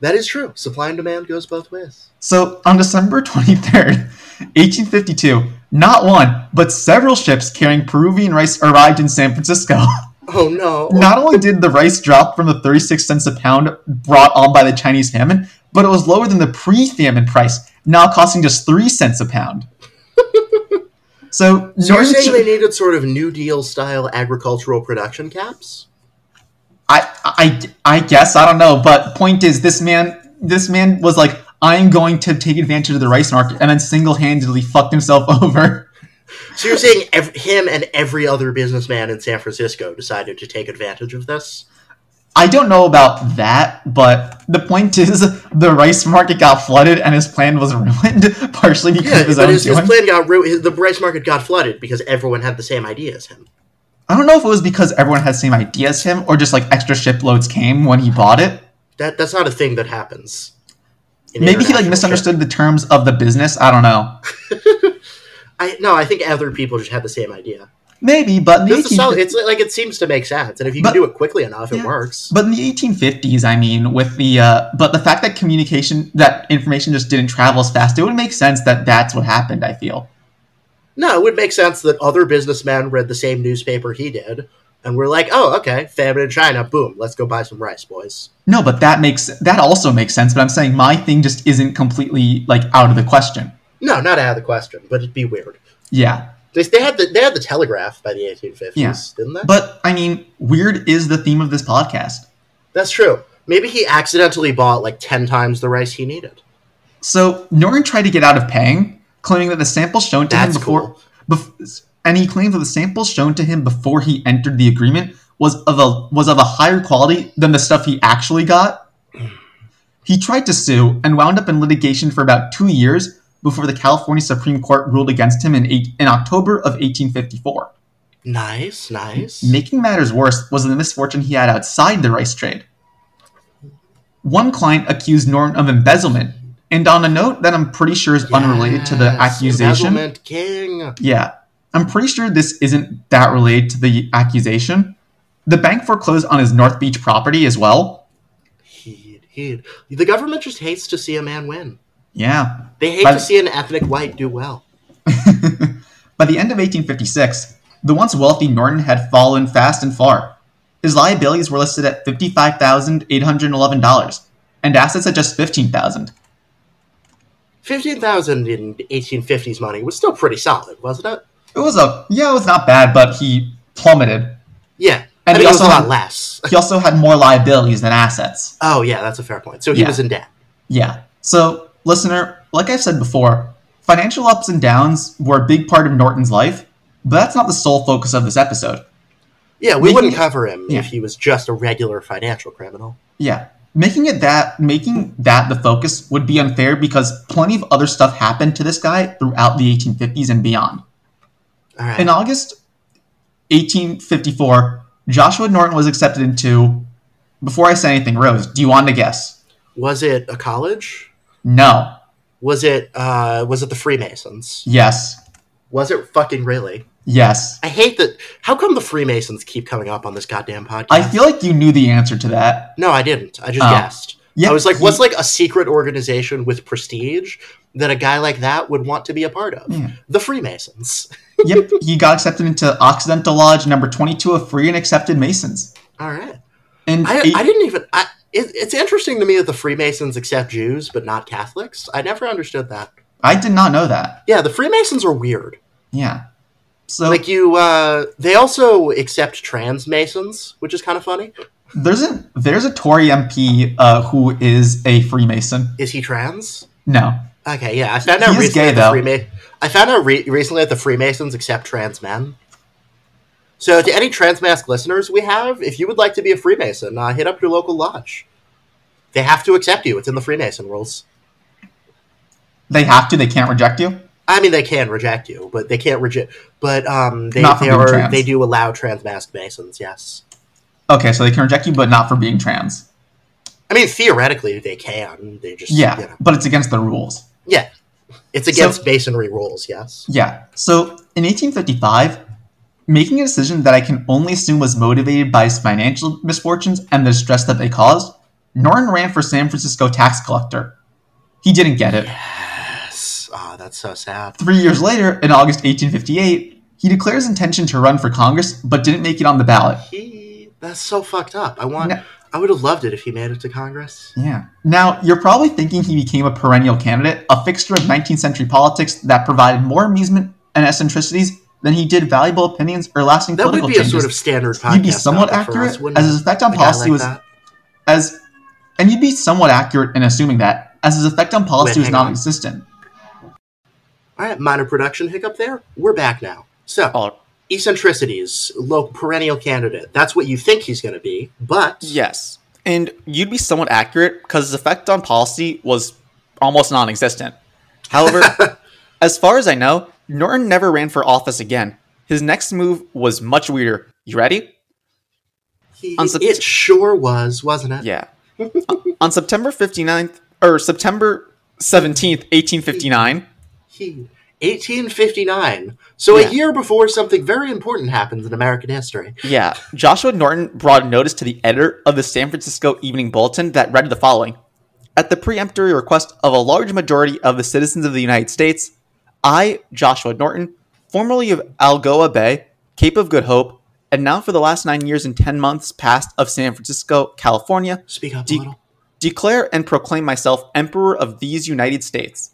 Speaker 1: that is true. Supply and demand goes both ways.
Speaker 2: So on December 23rd, 1852, not one, but several ships carrying Peruvian rice arrived in San Francisco.
Speaker 1: Oh no.
Speaker 2: Not only did the rice drop from the 36 cents a pound brought on by the Chinese famine, but it was lower than the pre famine price, now costing just 3 cents a pound. so,
Speaker 1: So you're
Speaker 2: Northern
Speaker 1: saying
Speaker 2: Chi-
Speaker 1: they needed sort of New Deal style agricultural production caps?
Speaker 2: I, I, I guess I don't know, but point is, this man, this man was like, I'm going to take advantage of the rice market, and then single-handedly fucked himself over.
Speaker 1: So you're saying ev- him and every other businessman in San Francisco decided to take advantage of this?
Speaker 2: I don't know about that, but the point is, the rice market got flooded, and his plan was ruined, partially because
Speaker 1: Yeah,
Speaker 2: of his
Speaker 1: but
Speaker 2: own
Speaker 1: his, his
Speaker 2: doing.
Speaker 1: plan got ru- his, the rice market got flooded because everyone had the same idea as him.
Speaker 2: I don't know if it was because everyone had the same idea as him, or just like extra shiploads came when he bought it.
Speaker 1: That that's not a thing that happens. in
Speaker 2: Maybe he like
Speaker 1: international
Speaker 2: misunderstood the terms of the business. I don't know.
Speaker 1: trade. I no, I think other people just had the same idea.
Speaker 2: Maybe, but in the
Speaker 1: This is
Speaker 2: 18
Speaker 1: solid. It's like it seems to make sense, and if you
Speaker 2: But-
Speaker 1: can do it quickly enough,
Speaker 2: Yeah.
Speaker 1: it works.
Speaker 2: But in the 1850s, I mean, with the uh, but the fact that communication that information just didn't travel as fast, it would make sense that that's what happened. I feel.
Speaker 1: No, it would make sense that other businessmen read the same newspaper he did, and were like, "Oh, okay, famine in China. Boom, let's go buy some rice, boys."
Speaker 2: No, but that makes that also makes sense. But I'm saying my thing just isn't completely like out of the question.
Speaker 1: No, not out of the question, but it'd be weird.
Speaker 2: Yeah,
Speaker 1: They, they had the they had the telegraph by the 1850s,
Speaker 2: Yeah.
Speaker 1: didn't they?
Speaker 2: but I mean, weird is the theme of this podcast.
Speaker 1: That's true. Maybe he accidentally bought like ten times the rice he needed.
Speaker 2: So Norton tried to get out of paying, claiming that the sample shown to
Speaker 1: That's
Speaker 2: him before,
Speaker 1: cool.
Speaker 2: bef- and he claimed that the sample shown to him before he entered the agreement was of a was of a higher quality than the stuff he actually got. He tried to sue and wound up in litigation for about two years before the California Supreme Court ruled against him in eight, in October of 1854.
Speaker 1: Nice, nice.
Speaker 2: Making matters worse was the misfortune he had outside the rice trade. One client accused Norton of embezzlement, and on a note that I'm pretty sure is unrelated to the
Speaker 1: Yes,
Speaker 2: accusation.
Speaker 1: embezzlement king.
Speaker 2: Yeah, I'm pretty sure this isn't that related to the accusation. The bank foreclosed on his North Beach property as well.
Speaker 1: Heed, heed. The government just hates to see a man win.
Speaker 2: Yeah,
Speaker 1: They hate
Speaker 2: But-
Speaker 1: to see an ethnic white do well.
Speaker 2: By the end of 1856, the once wealthy Norton had fallen fast and far. His liabilities were listed at $55,811 and assets at just 15000
Speaker 1: Fifteen thousand in eighteen fifties money was still pretty solid, wasn't it?
Speaker 2: It was a, yeah, it was not bad, but he plummeted.
Speaker 1: Yeah,
Speaker 2: And
Speaker 1: I
Speaker 2: he
Speaker 1: mean, it was a
Speaker 2: also-
Speaker 1: lot less.
Speaker 2: He also had more liabilities than assets.
Speaker 1: Oh yeah, that's a fair point. So he
Speaker 2: Yeah.
Speaker 1: was in debt.
Speaker 2: Yeah. So, listener, like I've said before, financial ups and downs were a big part of Norton's life, but that's not the sole focus of this episode.
Speaker 1: Yeah, we
Speaker 2: Making
Speaker 1: wouldn't
Speaker 2: it-
Speaker 1: cover him
Speaker 2: yeah.
Speaker 1: if he was just a regular financial criminal.
Speaker 2: Yeah. Making it that making that the focus would be unfair because plenty of other stuff happened to this guy throughout the 1850s and beyond.
Speaker 1: All right.
Speaker 2: In August 1854, Joshua Norton was accepted into Before I say anything, Rose, do you want to guess?
Speaker 1: was it a college?
Speaker 2: No.
Speaker 1: Was it uh was it the Freemasons?
Speaker 2: Yes.
Speaker 1: Was it fucking really?
Speaker 2: Yes.
Speaker 1: I hate that how come the Freemasons keep coming up on this goddamn podcast?
Speaker 2: I feel like you knew the answer to that.
Speaker 1: no, I didn't. I just
Speaker 2: Oh.
Speaker 1: guessed.
Speaker 2: Yeah.
Speaker 1: I was like,
Speaker 2: he-
Speaker 1: what's like a secret organization with prestige that a guy like that would want to be a part of?
Speaker 2: Yeah.
Speaker 1: The Freemasons.
Speaker 2: yep, he got accepted into Occidental Lodge number 22 of Free and Accepted Masons.
Speaker 1: All right.
Speaker 2: And
Speaker 1: I,
Speaker 2: eight-
Speaker 1: I didn't even I it, it's interesting to me that the Freemasons accept Jews but not Catholics. I never understood that.
Speaker 2: I did not know that.
Speaker 1: Yeah, the Freemasons are weird.
Speaker 2: Yeah. So
Speaker 1: Like you, uh, they also accept trans masons, which is kind of funny.
Speaker 2: there's a there's a Tory MP uh, who is a Freemason.
Speaker 1: Is he trans?
Speaker 2: No.
Speaker 1: Okay, yeah, I found
Speaker 2: He
Speaker 1: out
Speaker 2: is
Speaker 1: recently.
Speaker 2: gay,
Speaker 1: that
Speaker 2: though.
Speaker 1: the Freema- I found out re- recently that the Freemasons accept trans men. So, to any trans mask listeners we have, if you would like to be a Freemason, uh, hit up your local lodge. They have to accept you. It's in the Freemason rules.
Speaker 2: They have to, they can't reject you.
Speaker 1: I mean, they can reject you, but they can't reject. But um, they
Speaker 2: Not for
Speaker 1: they,
Speaker 2: being
Speaker 1: are,
Speaker 2: trans.
Speaker 1: they do allow trans mask masons. Yes,
Speaker 2: Okay, so they can reject you but not for being trans.
Speaker 1: I mean theoretically they can. They just
Speaker 2: Yeah,
Speaker 1: you know.
Speaker 2: but it's against the rules.
Speaker 1: Yeah. It's against masonry rules, yes.
Speaker 2: Yeah. So in 1855, making a decision that I can only assume was motivated by his financial misfortunes and the stress that they caused, Norton ran for San Francisco tax collector. He didn't get it.
Speaker 1: Yes. Ah, that's so sad.
Speaker 2: Three years later, in August 1858, he declared his intention to run for Congress but didn't make it on the ballot.
Speaker 1: He That's so fucked up. I want.
Speaker 3: No.
Speaker 1: I would have loved it if he made it to Congress.
Speaker 3: Yeah. Now, you're probably thinking he became a perennial candidate, a fixture of 19th century politics that provided more amusement and eccentricities than he did valuable opinions or lasting
Speaker 1: That would
Speaker 3: political
Speaker 1: be a
Speaker 3: changes.
Speaker 1: sort of standard podcast.
Speaker 3: You'd be somewhat
Speaker 1: topic for
Speaker 3: accurate
Speaker 1: us, wouldn't
Speaker 3: as
Speaker 1: it?
Speaker 3: his effect on
Speaker 1: A guy
Speaker 3: policy
Speaker 1: like
Speaker 3: was
Speaker 1: that?
Speaker 3: as and you'd be somewhat accurate in assuming that as his effect on policy
Speaker 1: Wait,
Speaker 3: was
Speaker 1: hang on.
Speaker 3: non-existent.
Speaker 1: All right, minor production hiccup there. We're back now. So,
Speaker 2: All
Speaker 1: eccentricities, low perennial candidate. That's what you think he's going to be, but
Speaker 2: yes, and you'd be somewhat accurate because his effect on policy was almost non-existent. However, as far as I know, Norton never ran for office again. His next move was much weirder. You ready?
Speaker 1: he,
Speaker 2: On Sept-
Speaker 1: it sure was, wasn't it?
Speaker 2: Yeah. on September 59th or September 17th, 1859,
Speaker 1: He 1859. So
Speaker 2: Yeah.
Speaker 1: a year before something very important happens in American history.
Speaker 2: yeah, Joshua Norton brought a notice to the editor of the San Francisco Evening Bulletin that read the following. At the peremptory request of a large majority of the citizens of the United States, I, Joshua Norton, formerly of Algoa Bay, Cape of Good Hope, and now for the last nine years and ten months past of San Francisco, California,
Speaker 1: Speak up
Speaker 2: De-
Speaker 1: a little.
Speaker 2: declare and proclaim myself Emperor of these United States.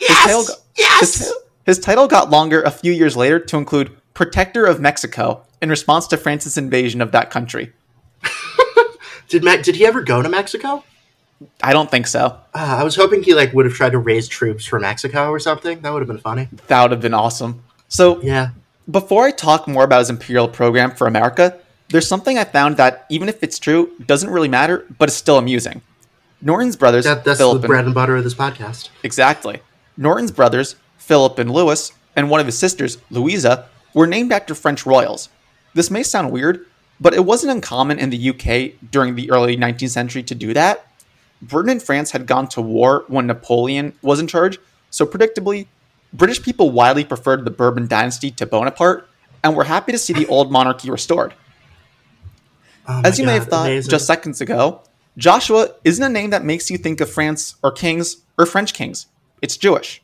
Speaker 1: Yes.
Speaker 2: tail go-
Speaker 1: yes.
Speaker 2: His, his title got longer a few years later to include Protector of Mexico in response to France's invasion of that country.
Speaker 1: did Ma- did he ever go to Mexico?
Speaker 2: I don't think so.
Speaker 1: Uh, I was hoping he like would have tried to raise troops for Mexico or something. That would have been funny.
Speaker 2: That would have been awesome. So,
Speaker 1: Yeah.
Speaker 2: before I talk more about his imperial program for America, there's something I found that, even if it's true, doesn't really matter, but is still amusing. Norton's brothers,
Speaker 1: That, that's
Speaker 2: Philip
Speaker 1: the
Speaker 2: and
Speaker 1: bread and butter of this podcast.
Speaker 2: Exactly. Norton's brothers, Philip and Louis, and one of his sisters, Louisa, were named after French royals. This may sound weird, but it wasn't uncommon in the UK during the early 19th century to do that. Britain and France had gone to war when Napoleon was in charge, so predictably, British people widely preferred the Bourbon dynasty to Bonaparte and were happy to see the old monarchy restored.
Speaker 1: Oh my
Speaker 2: As you may
Speaker 1: God,
Speaker 2: have thought
Speaker 1: amazing.
Speaker 2: just seconds ago, Joshua isn't a name that makes you think of France or kings or French kings. It's Jewish.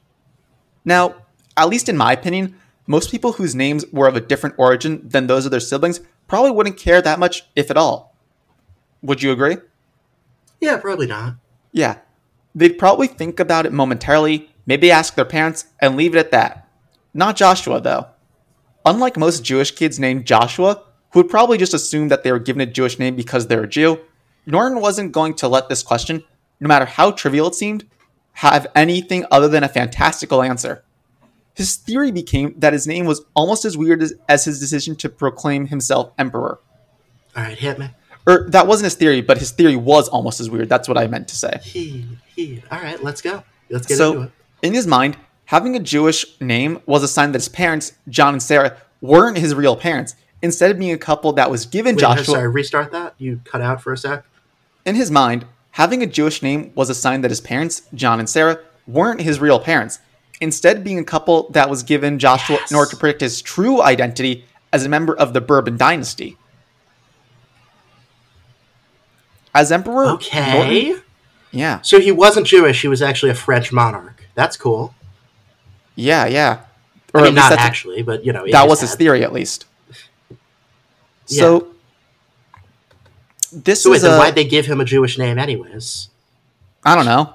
Speaker 2: Now, at least in my opinion, most people whose names were of a different origin than those of their siblings probably wouldn't care that much, if at all. Would you agree?
Speaker 1: yeah, probably not.
Speaker 2: Yeah. They'd probably think about it momentarily, maybe ask their parents, and leave it at that. Not Joshua, though. Unlike most Jewish kids named Joshua, who would probably just assume that they were given a Jewish name because they're a Jew, Norton wasn't going to let this question, no matter how trivial it seemed, have anything other than a fantastical answer. His theory became that his name was almost as weird as, as his decision to proclaim himself emperor.
Speaker 1: All right, hit me.
Speaker 2: Or that wasn't his theory, but his theory was almost as weird. That's what I meant to say.
Speaker 1: He he. All right, let's go. Let's get into
Speaker 2: so
Speaker 1: it.
Speaker 2: in his mind having a jewish name was a sign that his parents john and sarah weren't his real parents instead of being a couple that was given
Speaker 1: Wait,
Speaker 2: joshua
Speaker 1: I'm sorry, restart that. You cut out for a sec.
Speaker 2: in his mind having a jewish name was a sign that his parents john and sarah weren't his real parents instead being a couple that was given joshua
Speaker 1: Yes.
Speaker 2: in order to predict his true identity as a member of the bourbon dynasty as emperor
Speaker 1: Okay.
Speaker 2: Norton- yeah
Speaker 1: So he wasn't Jewish. He was actually a French monarch. That's cool.
Speaker 2: yeah yeah
Speaker 1: I mean, not
Speaker 2: that's a-
Speaker 1: actually, but you know, in
Speaker 2: that was his
Speaker 1: head.
Speaker 2: theory at least.
Speaker 1: Yeah.
Speaker 2: So this
Speaker 1: So wait,
Speaker 2: is
Speaker 1: then
Speaker 2: a,
Speaker 1: why'd they give him a Jewish name, anyways?
Speaker 2: I don't know.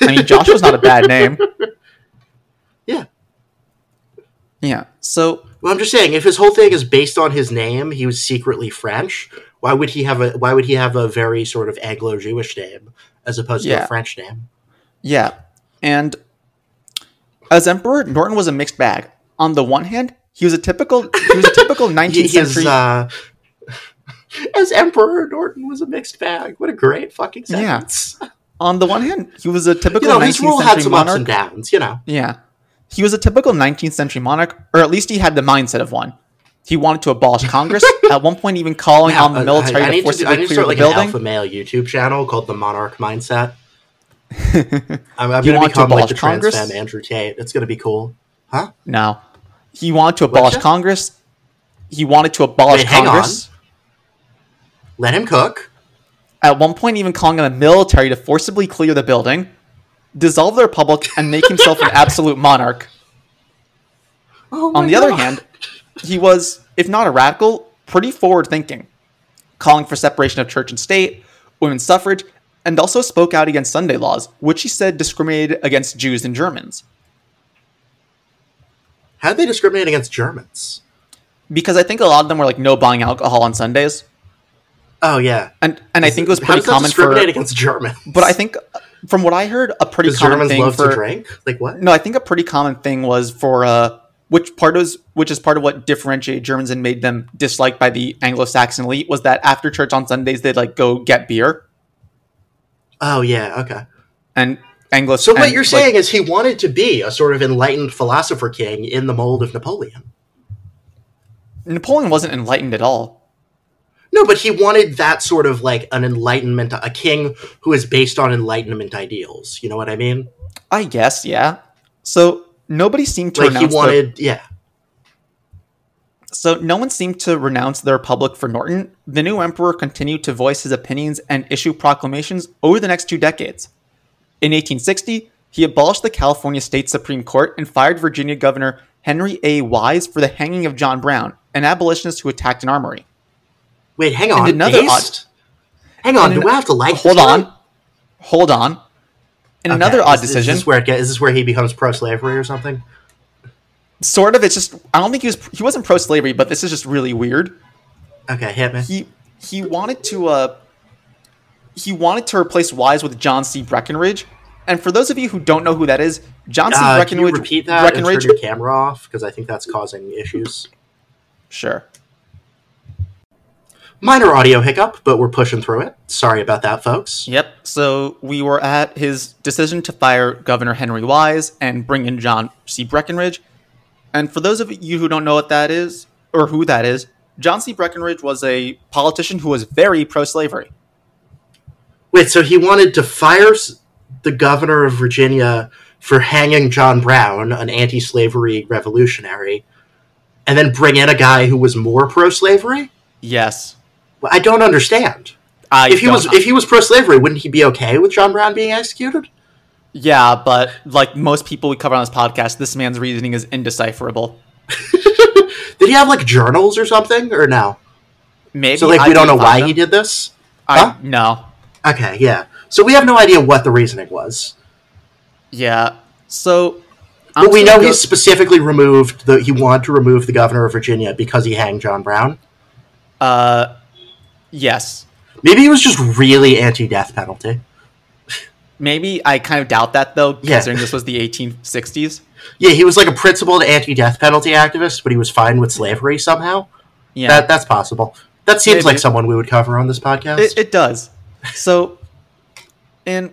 Speaker 2: I mean, Joshua's not a bad name.
Speaker 1: Yeah.
Speaker 2: Yeah. So
Speaker 1: Well, I'm just saying, if his whole thing is based on his name, he was secretly French. Why would he have a Why would he have a very sort of Anglo-Jewish name as opposed to
Speaker 2: Yeah.
Speaker 1: a French name?
Speaker 2: Yeah. And as emperor, Norton was a mixed bag. On the one hand, he was a typical he was a typical 19th
Speaker 1: He, his
Speaker 2: century
Speaker 1: uh, as Emperor Norton was a mixed bag. What a great fucking
Speaker 2: Yeah.
Speaker 1: sentence.
Speaker 2: on the one hand, he was a
Speaker 1: You
Speaker 2: typical
Speaker 1: know,
Speaker 2: 19th
Speaker 1: his rule
Speaker 2: century
Speaker 1: had some ups
Speaker 2: monarch.
Speaker 1: and downs. You know,
Speaker 2: Yeah. He was a typical 19th century monarch, or at least he had the mindset of one. He wanted to abolish Congress, at one point even calling on the
Speaker 1: Uh,
Speaker 2: military
Speaker 1: I, I
Speaker 2: to
Speaker 1: need to, do- I
Speaker 2: forcibly
Speaker 1: need to
Speaker 2: clear
Speaker 1: start
Speaker 2: the
Speaker 1: like an alpha
Speaker 2: building.
Speaker 1: male YouTube channel called the Monarch Mindset. I'm, I'm going to
Speaker 2: You want to
Speaker 1: become like
Speaker 2: abolish
Speaker 1: the trans
Speaker 2: Congress?
Speaker 1: femme Andrew Tate. It's going to be cool, huh?
Speaker 2: No. He wanted to abolish
Speaker 1: that?
Speaker 2: Congress. He wanted to abolish
Speaker 1: Wait, hang
Speaker 2: Congress.
Speaker 1: Let him cook.
Speaker 2: At one point even calling on the military to forcibly clear the building, dissolve the republic, and make himself an absolute monarch.
Speaker 1: Oh
Speaker 2: on
Speaker 1: my
Speaker 2: the other
Speaker 1: God.
Speaker 2: hand, he was, if not a radical, pretty forward thinking, calling for separation of church and state, women's suffrage, and also spoke out against Sunday laws, which he said discriminated against Jews and Germans.
Speaker 1: How'd they discriminate against Germans?
Speaker 2: Because I think a lot of them were like no buying alcohol on Sundays.
Speaker 1: Oh yeah,
Speaker 2: And and I think it was
Speaker 1: How
Speaker 2: pretty
Speaker 1: does that
Speaker 2: common for
Speaker 1: discriminate against Germans?
Speaker 2: but I think uh, from what I heard a pretty
Speaker 1: Because
Speaker 2: common
Speaker 1: Germans
Speaker 2: thing
Speaker 1: love
Speaker 2: for
Speaker 1: to drink. Like what?
Speaker 2: No, I think a pretty common thing was for uh, which part was which is part of what differentiated Germans and made them disliked by the Anglo-Saxon elite was that after church on Sundays they'd like go get beer
Speaker 1: Oh yeah, okay.
Speaker 2: and Anglo.
Speaker 1: So what
Speaker 2: and,
Speaker 1: you're
Speaker 2: like,
Speaker 1: saying is he wanted to be a sort of enlightened philosopher king in the mold of Napoleon.
Speaker 2: Napoleon wasn't enlightened at all.
Speaker 1: No, but he wanted that sort of like an enlightenment, a king who is based on enlightenment ideals. You know what I mean?
Speaker 2: I guess, yeah. So nobody seemed to
Speaker 1: Like he
Speaker 2: renounce. their-
Speaker 1: wanted, yeah.
Speaker 2: so no one seemed to renounce the Republic for Norton. The new emperor continued to voice his opinions and issue proclamations over the next two decades. In 1860, he abolished the California State Supreme Court and fired Virginia Governor Henry A. Wise for the hanging of John Brown, an abolitionist who attacked an armory.
Speaker 1: Wait, hang on.
Speaker 2: another odd-
Speaker 1: based? Hang on.
Speaker 2: and
Speaker 1: do I have to like?
Speaker 2: Hold
Speaker 1: this
Speaker 2: on.
Speaker 1: guy?
Speaker 2: Hold on. In another
Speaker 1: Okay,
Speaker 2: odd
Speaker 1: is- is
Speaker 2: decision,
Speaker 1: this where it get, is this where he becomes pro-slavery or something?
Speaker 2: sort of, it's just, I don't think he was, he wasn't pro slavery, but this is just really weird.
Speaker 1: Okay, hit me.
Speaker 2: he he wanted to uh he wanted to replace Wise with John C. Breckinridge. And for those of you who don't know who that is, John C.
Speaker 1: Uh, can you
Speaker 2: Breckinridge
Speaker 1: repeat that and
Speaker 2: Breckinridge
Speaker 1: turn your camera off? Because I think that's causing issues.
Speaker 2: Sure.
Speaker 1: Minor audio hiccup, but we're pushing through it. Sorry about that, folks.
Speaker 2: Yep. So we were at his decision to fire Governor Henry Wise and bring in John C. Breckinridge. And for those of you who don't know what that is or who that is, John C. Breckinridge was a politician who was very pro-slavery.
Speaker 1: Wait, so he wanted to fire s- the governor of Virginia for hanging John Brown, an anti slavery revolutionary, and then bring in a guy who was more pro slavery?
Speaker 2: Yes.
Speaker 1: Well, I don't understand.
Speaker 2: I
Speaker 1: if he
Speaker 2: don't
Speaker 1: was
Speaker 2: know.
Speaker 1: if he was pro slavery, wouldn't he be okay with John Brown being executed?
Speaker 2: Yeah, but like most people we cover on this podcast, this man's reasoning is indecipherable.
Speaker 1: Did he have like journals or something? Or no?
Speaker 2: Maybe
Speaker 1: So like
Speaker 2: I
Speaker 1: we don't know
Speaker 2: can
Speaker 1: why
Speaker 2: find
Speaker 1: he
Speaker 2: them.
Speaker 1: did this?
Speaker 2: I
Speaker 1: Huh?
Speaker 2: no.
Speaker 1: Okay, yeah. So we have no idea what the reasoning was.
Speaker 2: Yeah. So I'm
Speaker 1: But we
Speaker 2: just
Speaker 1: know
Speaker 2: gonna go-
Speaker 1: he specifically removed the he wanted to remove the governor of Virginia because he hanged John Brown.
Speaker 2: uh yes.
Speaker 1: Maybe he was just really anti-death penalty.
Speaker 2: Maybe I kind of doubt that though,
Speaker 1: Yeah.
Speaker 2: considering this was the 1860s.
Speaker 1: Yeah, he was like a principled anti-death penalty activist, but he was fine with slavery somehow.
Speaker 2: Yeah.
Speaker 1: That that's possible. That seems
Speaker 2: Maybe.
Speaker 1: like someone we would cover on this podcast.
Speaker 2: it, it does. So and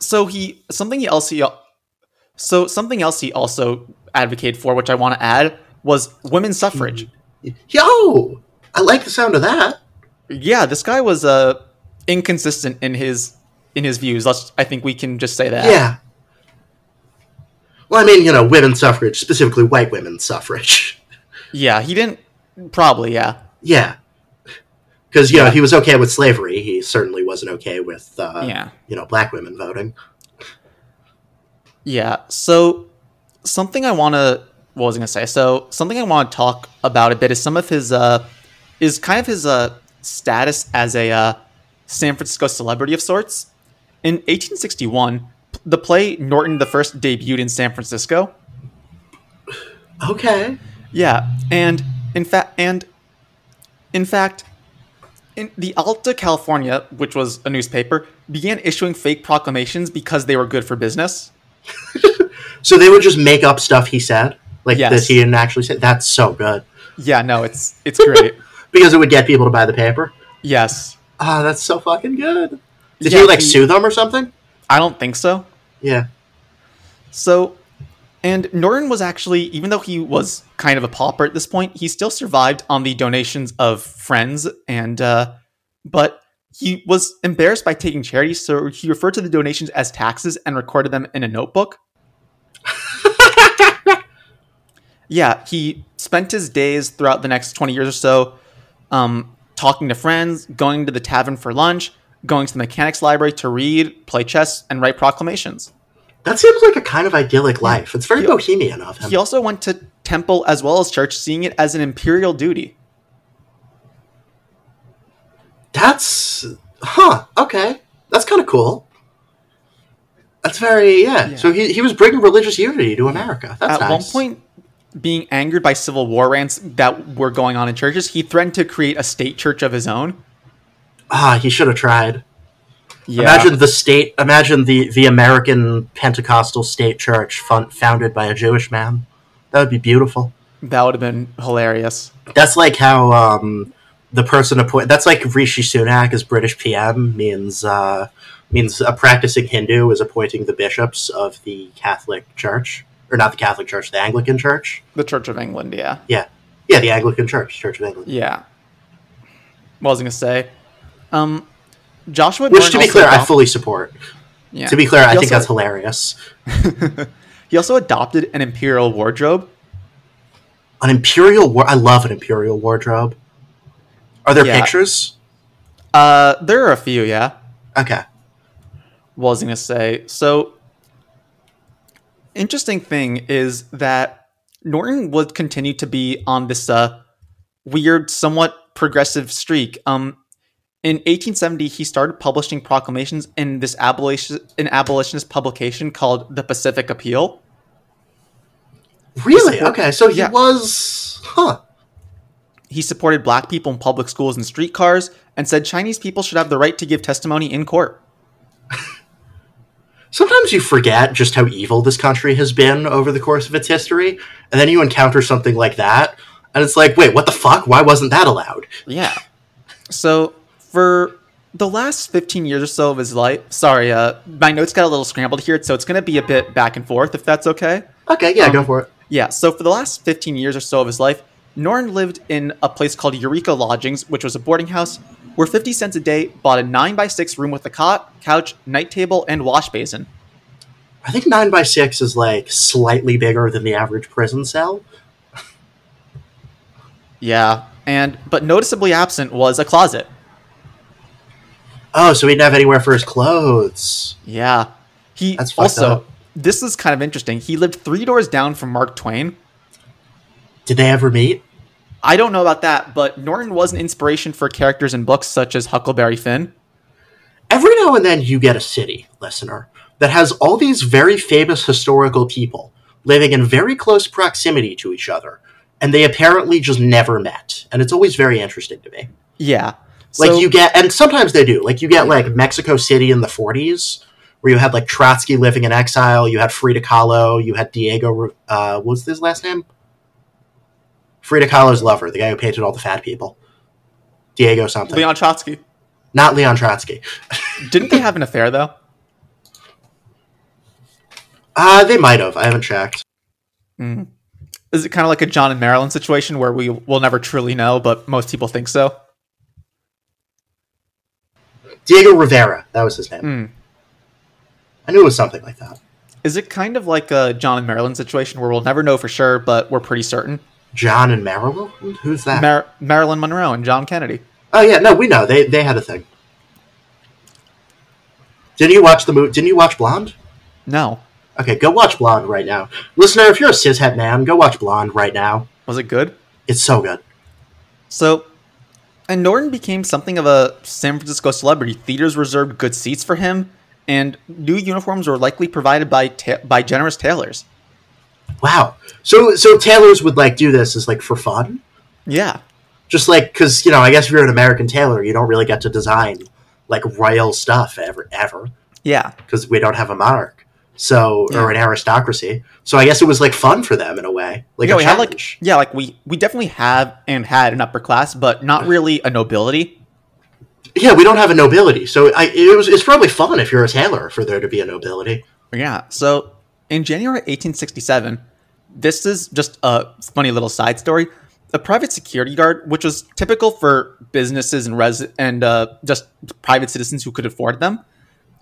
Speaker 2: so he something else he al- so something else he also advocated for, which I want to add, was women's suffrage.
Speaker 1: Yo, I like the sound of that.
Speaker 2: Yeah, this guy was uh inconsistent in his in his views. Let's I think we can just say that.
Speaker 1: Yeah. Well, I mean, you know, women's suffrage, specifically white women's suffrage.
Speaker 2: Yeah, he didn't probably, yeah.
Speaker 1: Yeah. Because, you know, he was okay with slavery. He certainly wasn't okay with, uh,
Speaker 2: Yeah.
Speaker 1: you know, black women voting.
Speaker 2: Yeah. So something I want to what was I going to say? So something I want to talk about a bit is some of his uh is kind of his uh status as a uh San Francisco celebrity of sorts. In 1861, p- the play Norton the First debuted in San Francisco.
Speaker 1: Okay.
Speaker 2: Yeah, and in fact, and in fact, in the Alta California, which was a newspaper, began issuing fake proclamations because they were good for business.
Speaker 1: So they would just make up stuff he said, like
Speaker 2: Yes.
Speaker 1: this he didn't actually say. That's so good.
Speaker 2: Yeah, no, it's it's great.
Speaker 1: Because it would get people to buy the paper.
Speaker 2: yes,
Speaker 1: Ah, that's so fucking good. Did
Speaker 2: Yeah,
Speaker 1: he, like,
Speaker 2: he-
Speaker 1: sue them or something?
Speaker 2: I don't think so.
Speaker 1: Yeah.
Speaker 2: So, and Norton was actually, even though he was kind of a pauper at this point, he still survived on the donations of friends. And, uh, but he was embarrassed by taking charities, so he referred to the donations as taxes and recorded them in a notebook. yeah, he spent his days throughout the next 20 years or so um, talking to friends, going to the tavern for lunch, going to the mechanics library to read, play chess, and write proclamations.
Speaker 1: That seems like a kind of idyllic life. It's very
Speaker 2: He-
Speaker 1: bohemian of him.
Speaker 2: He also went to temple as well as church, seeing it as an imperial duty.
Speaker 1: That's huh. Okay, that's kind of cool. That's very yeah.
Speaker 2: Yeah.
Speaker 1: So he he was bringing religious unity to America. That's
Speaker 2: At
Speaker 1: nice.
Speaker 2: one point, being angered by civil war rants that were going on in churches, he threatened to create a state church of his own.
Speaker 1: ah, he should have tried.
Speaker 2: Yeah.
Speaker 1: Imagine the state. Imagine the the American Pentecostal state church fun, founded by a Jewish man. That would be beautiful.
Speaker 2: that would have been hilarious.
Speaker 1: That's like how um, the person appointed. That's like Rishi Sunak as British PM means uh, means a practicing Hindu is appointing the bishops of the Catholic Church, or not the Catholic Church, the Anglican Church.
Speaker 2: The Church of England, yeah.
Speaker 1: Yeah, the Anglican Church, Church of England.
Speaker 2: Yeah. What was I going to say? Um, Joshua
Speaker 1: Which,
Speaker 2: Dorn
Speaker 1: to be
Speaker 2: also
Speaker 1: clear, I
Speaker 2: adopted-
Speaker 1: fully support.
Speaker 2: yeah.
Speaker 1: To be clear, I
Speaker 2: He
Speaker 1: think
Speaker 2: also-
Speaker 1: that's hilarious.
Speaker 2: He also adopted an imperial wardrobe.
Speaker 1: An imperial war. I love an imperial wardrobe. Are there
Speaker 2: Yeah.
Speaker 1: pictures?
Speaker 2: Uh, there are a few, yeah.
Speaker 1: Okay.
Speaker 2: What was I gonna say? So, interesting thing is that Norton would continue to be on this uh, weird, somewhat progressive streak. Um, in 1870, he started publishing proclamations in this abolition, an abolitionist publication called the Pacific Appeal.
Speaker 1: Really?
Speaker 2: Support-
Speaker 1: Okay. So he
Speaker 2: Yeah.
Speaker 1: was. Huh.
Speaker 2: He supported black people in public schools and streetcars, and said Chinese people should have the right to give testimony in court.
Speaker 1: Sometimes you forget just how evil this country has been over the course of its history, and then you encounter something like that, and it's like, wait, what the fuck? Why wasn't that allowed?
Speaker 2: Yeah. So for the last 15 years or so of his life, sorry, uh, my notes got a little scrambled here, so it's going to be a bit back and forth if that's okay.
Speaker 1: Okay, yeah,
Speaker 2: Um,
Speaker 1: go for it.
Speaker 2: Yeah, so for the last 15 years or so of his life, Norton lived in a place called Eureka Lodgings, which was a boarding house where 50 cents a day bought a 9x6 room with a cot, couch, night table, and wash basin.
Speaker 1: I think 9 by 6 is like slightly bigger than the average prison cell.
Speaker 2: Yeah, and but noticeably absent was a closet.
Speaker 1: Oh, so he didn't have anywhere for his clothes.
Speaker 2: Yeah. He
Speaker 1: That's fucked
Speaker 2: also
Speaker 1: up.
Speaker 2: this is kind of interesting. He lived 3 doors down from Mark Twain,
Speaker 1: Did they ever meet?
Speaker 2: I don't know about that, but Norton was an inspiration for characters in books such as Huckleberry Finn.
Speaker 1: Every now and then you get a city, listener, that has all these very famous historical people living in very close proximity to each other, and they apparently just never met. And it's always very interesting to me.
Speaker 2: Yeah.
Speaker 1: Like
Speaker 2: So-
Speaker 1: you get, and sometimes they do. Like you get like Mexico City in the '40s, where you had like Trotsky living in exile. You had Frida Kahlo. You had Diego. Uh, what was his last name? Frida Kahlo's lover, the guy who painted all the fat people. Diego something.
Speaker 2: Leon Trotsky.
Speaker 1: Not Leon Trotsky.
Speaker 2: Didn't they have an affair though?
Speaker 1: Uh, they might have. I haven't checked.
Speaker 2: Mm. Is it kind of like a John and Marilyn situation where we will never truly know, but most people think so?
Speaker 1: Diego Rivera. That was his name.
Speaker 2: Mm.
Speaker 1: I knew it was something like that.
Speaker 2: Is it kind of like a John and Marilyn situation where we'll never know for sure, but we're pretty certain?
Speaker 1: John and Marilyn. Who's that?
Speaker 2: Mar- Marilyn Monroe and John Kennedy.
Speaker 1: oh yeah, no, we know. They they had a thing. Didn't you watch the movie? Didn't you watch Blonde?
Speaker 2: No.
Speaker 1: Okay, go watch Blonde right now. Listener, if you're a cishet man, go watch Blonde right now.
Speaker 2: Was it good?
Speaker 1: It's so good.
Speaker 2: So, and Norton became something of a San Francisco celebrity. Theaters reserved good seats for him, and new uniforms were likely provided by ta- by generous tailors.
Speaker 1: Wow. So so tailors would like do this as like for fun?
Speaker 2: Yeah,
Speaker 1: Just like cuz you know, I guess if you're an American tailor, you don't really get to design like royal stuff ever ever
Speaker 2: yeah,
Speaker 1: cuz we don't have a monarch. So or
Speaker 2: Yeah.
Speaker 1: an aristocracy. So I guess it was like fun for them in a way. Like
Speaker 2: yeah.
Speaker 1: a
Speaker 2: We had like
Speaker 1: challenge.
Speaker 2: yeah, like we we definitely have and had an upper class, but not really a nobility.
Speaker 1: Yeah, we don't have a nobility. So I it was it's probably fun if you're a tailor for there to be a nobility.
Speaker 2: Yeah. So in January 1867, this is just a funny little side story. A private security guard, which was typical for businesses and res and uh, just private citizens who could afford them,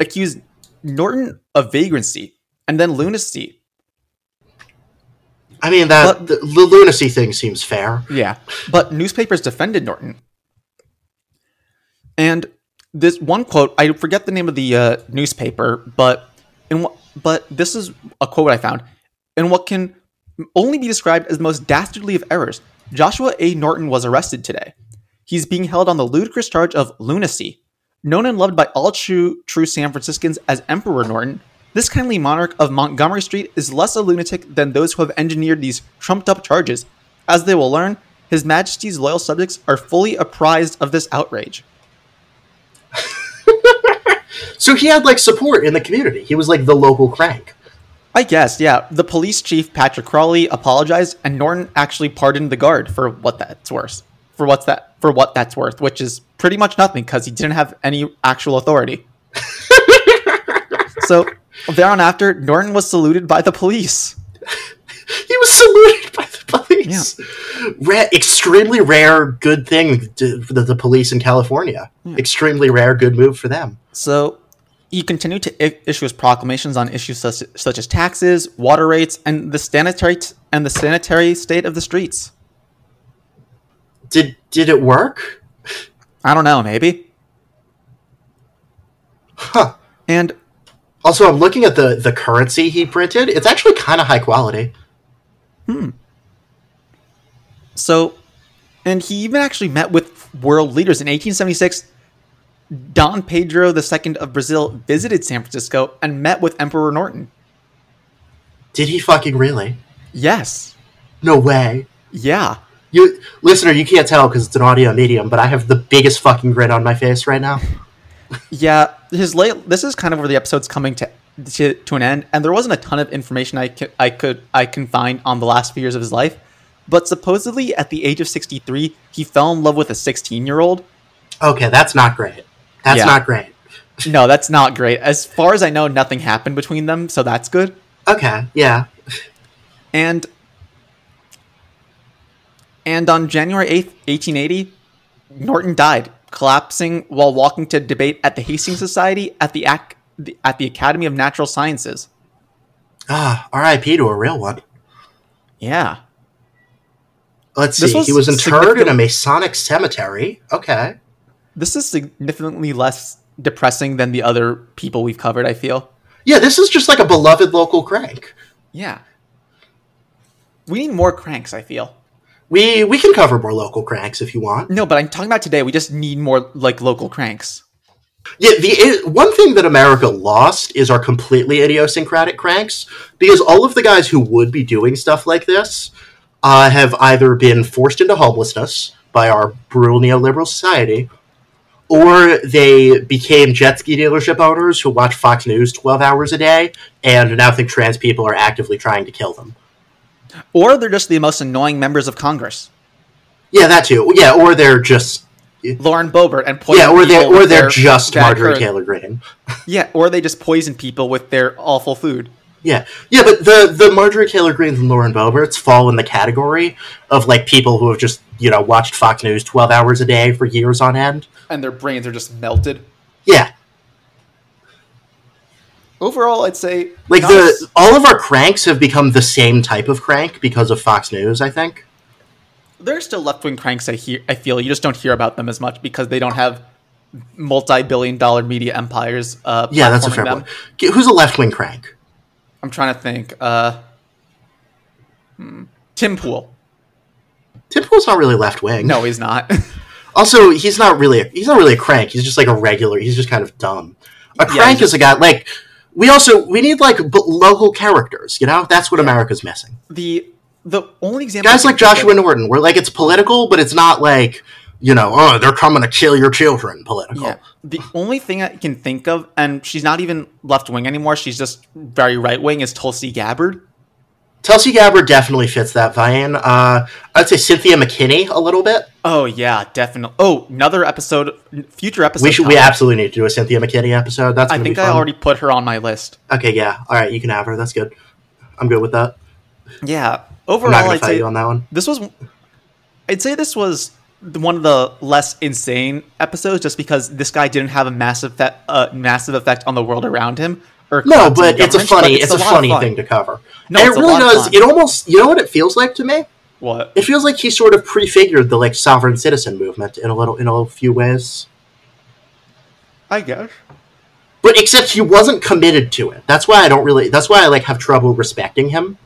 Speaker 2: accused Norton of vagrancy and then lunacy.
Speaker 1: I mean that
Speaker 2: But-
Speaker 1: the, the lunacy thing seems fair.
Speaker 2: Yeah. But newspapers defended Norton. And this one quote, I forget the name of the uh, newspaper, but in what, but this is a quote I found. In what can only be described as the most dastardly of errors, Joshua A. Norton was arrested today. he's being held on the ludicrous charge of lunacy. Known and loved by all true, true San Franciscans as Emperor Norton, this kindly monarch of Montgomery Street is less a lunatic than those who have engineered these trumped up charges. As they will learn, His Majesty's loyal subjects are fully apprised of this outrage.
Speaker 1: So he had like support in the community. He was like the local crank.
Speaker 2: I guess, yeah. The police chief, Patrick Crawley, apologized, and Norton actually pardoned the guard for what that's worth. For what's that? For what that's worth, which is pretty much nothing because he didn't have any actual authority. so, thereon after, Norton was saluted by the police.
Speaker 1: He was saluted by the police. Ra- extremely rare, good thing to, for the, the police in California. Extremely rare, good move for them.
Speaker 2: So, he continued to I- issue his proclamations on issues such, such as taxes, water rates, and the sanitary t- and the sanitary state of the streets.
Speaker 1: Did did it work?
Speaker 2: I don't know, maybe.
Speaker 1: Huh.
Speaker 2: And
Speaker 1: Also, I'm looking at the the currency he printed. It's actually kind of high quality.
Speaker 2: So, and he even actually met with world leaders in 1876. Don Pedro II of Brazil visited San Francisco and met with Emperor Norton.
Speaker 1: Did he fucking really?
Speaker 2: Yes.
Speaker 1: No way.
Speaker 2: Yeah.
Speaker 1: You listener, you can't tell because it's an audio medium, but I have the biggest fucking grin on my face right now.
Speaker 2: Yeah. His late. This is kind of where the episode's coming to to, to an end, and there wasn't a ton of information I could I could I can find on the last few years of his life. But supposedly, at the age of 63, he fell in love with a 16 year old.
Speaker 1: Okay, that's not great. That's
Speaker 2: Yeah.
Speaker 1: not great.
Speaker 2: No, that's not great. As far as I know, nothing happened between them, so that's good.
Speaker 1: Okay, yeah.
Speaker 2: And and on January 8th, 1880, Norton died, collapsing while walking to debate at the Hastings Society at the Ac- the- at the Academy of Natural Sciences.
Speaker 1: Ah, R.I.P. to a real one.
Speaker 2: Yeah.
Speaker 1: Let's
Speaker 2: This
Speaker 1: see.
Speaker 2: was
Speaker 1: he was interred in
Speaker 2: significant-
Speaker 1: a Masonic cemetery. Okay.
Speaker 2: This is significantly less depressing than the other people we've covered, I feel.
Speaker 1: Yeah, this is just like a beloved local crank.
Speaker 2: Yeah. We need more cranks, I feel.
Speaker 1: We we can cover more local cranks if you want.
Speaker 2: No, but I'm talking about today. We just need more like local cranks.
Speaker 1: Yeah, the i- one thing that America lost is our completely idiosyncratic cranks because all of the guys who would be doing stuff like this uh, have either been forced into homelessness by our brutal neoliberal society, or they became jet ski dealership owners who watch Fox News twelve hours a day and now think trans people are actively trying to kill them.
Speaker 2: Or they're just the most annoying members of Congress.
Speaker 1: Yeah, that too. Yeah, or they're just
Speaker 2: Lauren Boebert and poison
Speaker 1: yeah, or they
Speaker 2: people
Speaker 1: or
Speaker 2: with
Speaker 1: they're
Speaker 2: their
Speaker 1: just
Speaker 2: bad
Speaker 1: Marjorie
Speaker 2: curd-
Speaker 1: Taylor Greene.
Speaker 2: Yeah, or they just poison people with their awful food.
Speaker 1: Yeah, yeah, but the the Marjorie Taylor Greens and Lauren Boberts fall in the category of like people who have just you know watched Fox News twelve hours a day for years on end.
Speaker 2: And their brains are just melted.
Speaker 1: Yeah,
Speaker 2: Overall, I'd say
Speaker 1: like
Speaker 2: not
Speaker 1: the
Speaker 2: as-
Speaker 1: all of our cranks have become the same type of crank because of Fox News. I think.
Speaker 2: there are still left wing cranks. I hear, I feel you just don't hear about them as much because they don't have multi billion dollar media empires. Uh,
Speaker 1: Yeah, that's a
Speaker 2: platforming
Speaker 1: fair
Speaker 2: them.
Speaker 1: point. G- Who's a left wing crank?
Speaker 2: I'm trying to think. Uh, hmm, Tim Pool?
Speaker 1: Typical's not really left wing.
Speaker 2: No, he's not.
Speaker 1: Also, he's not really a, he's not really a crank. He's just like a regular. He's just kind of dumb. A
Speaker 2: he's
Speaker 1: crank is
Speaker 2: just-
Speaker 1: a guy like we also we need like b- local characters. You know, that's what America's missing.
Speaker 2: the the only example
Speaker 1: guys
Speaker 2: I
Speaker 1: like
Speaker 2: can think of-
Speaker 1: Joshua Norton, where like it's political, but it's not like you know, oh, they're coming to kill your children, political.
Speaker 2: Yeah. Oh, The only thing I can think of, and she's not even left wing anymore, she's just very right wing, is Tulsi Gabbard.
Speaker 1: Tulsi Gabbard definitely fits that vein. Uh, I'd say Cynthia McKinney a little bit.
Speaker 2: Oh, yeah, definitely. Oh, another episode, future episode.
Speaker 1: we should, we
Speaker 2: topic.
Speaker 1: absolutely need to do a Cynthia McKinney episode. That's
Speaker 2: I
Speaker 1: gonna
Speaker 2: think
Speaker 1: be
Speaker 2: I
Speaker 1: fun.
Speaker 2: already put her on my list.
Speaker 1: Okay, yeah, all right, you can have her. That's good. I'm good with that.
Speaker 2: Yeah.
Speaker 1: I'm not
Speaker 2: Overall,
Speaker 1: gonna
Speaker 2: I'd
Speaker 1: fight
Speaker 2: say
Speaker 1: you on that one.
Speaker 2: this was, I'd say this was the- one of the less insane episodes just because this guy didn't have a massive, fe- uh, massive effect on the world around him. Or
Speaker 1: No,
Speaker 2: collapse in
Speaker 1: but it's a
Speaker 2: government,
Speaker 1: funny, it's, a,
Speaker 2: lot of
Speaker 1: funny
Speaker 2: fun.
Speaker 1: thing to cover.
Speaker 2: No,
Speaker 1: and
Speaker 2: it's
Speaker 1: it
Speaker 2: a
Speaker 1: really
Speaker 2: lot of
Speaker 1: does.
Speaker 2: fun.
Speaker 1: It almost, you know what it feels like to me?
Speaker 2: What?
Speaker 1: It feels like he sort of prefigured the like sovereign citizen movement in a little, in a few ways.
Speaker 2: I guess.
Speaker 1: but except he wasn't committed to it. That's why I don't really. That's why I like have trouble respecting him.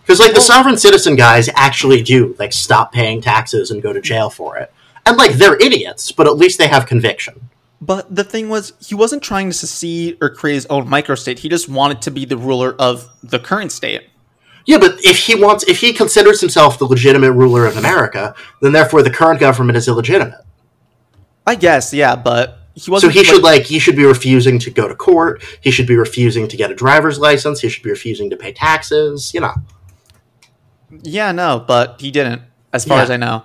Speaker 1: Because like the
Speaker 2: Well-
Speaker 1: sovereign citizen guys actually do like stop paying taxes and go to jail for it. And like they're idiots, but at least they have conviction.
Speaker 2: But the thing was, he wasn't trying to secede or create his own microstate. He just wanted to be the ruler of the current state.
Speaker 1: Yeah, but if he wants, if he considers himself the legitimate ruler of America, then therefore the current government is illegitimate.
Speaker 2: I guess, yeah, but he
Speaker 1: So
Speaker 2: wasn't.
Speaker 1: he should like he should be refusing to go to court. He should be refusing to get a driver's license. He should be refusing to pay taxes. You know,
Speaker 2: Yeah, no, but he didn't, as far
Speaker 1: Yeah.
Speaker 2: as I know.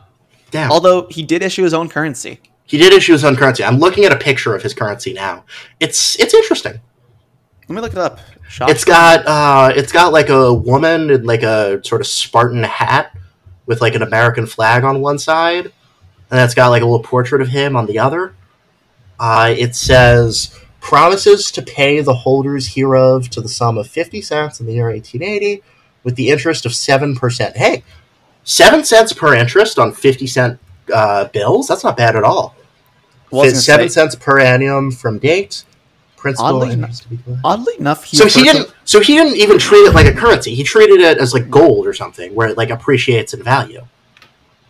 Speaker 1: damn.
Speaker 2: Although he did issue his own currency.
Speaker 1: He did issue his own currency. I'm looking at a picture of his currency now. It's it's interesting.
Speaker 2: Let me look it up. Shop.
Speaker 1: It's got uh, it's got like a woman in like a sort of Spartan hat with like an American flag on one side, and that's got like a little portrait of him on the other. Uh, it says promises to pay the holders hereof to the sum of fifty cents in the year eighteen eighty, with the interest of seven percent. Hey, seven cents per interest on fifty cent uh, bills. That's not bad at all.
Speaker 2: Was gonna
Speaker 1: It's seven
Speaker 2: say,
Speaker 1: cents per annum from date. Principal
Speaker 2: Oddly
Speaker 1: interest to be collected
Speaker 2: Oddly enough, he
Speaker 1: so he
Speaker 2: purchased-
Speaker 1: didn't. So he didn't even treat it like a currency. He treated it as like gold or something, where it like appreciates in value.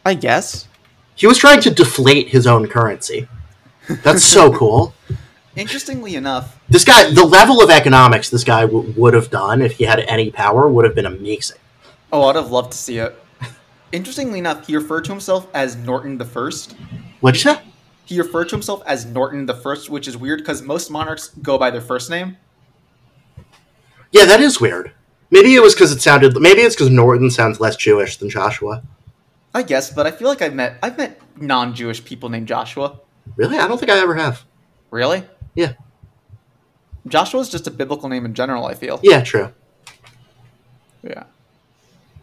Speaker 2: I guess.
Speaker 1: He was trying to deflate his own currency. That's so cool.
Speaker 2: Interestingly enough,
Speaker 1: This guy, the level of economics this guy w- would have done if he had any power would have been amazing.
Speaker 2: oh, I'd have loved to see it. Interestingly enough, he referred to himself as Norton the First.
Speaker 1: What'd you say?
Speaker 2: He referred to himself as Norton the First, which is weird because most monarchs go by their first name.
Speaker 1: Yeah, that is weird. Maybe it was because it sounded. Maybe it's because Norton sounds less Jewish than Joshua.
Speaker 2: I guess, but I feel like I've met I've met non-Jewish people named Joshua.
Speaker 1: Really, I don't think I ever have.
Speaker 2: Really?
Speaker 1: Yeah,
Speaker 2: Joshua's just a biblical name in general, I feel.
Speaker 1: yeah, true.
Speaker 2: Yeah.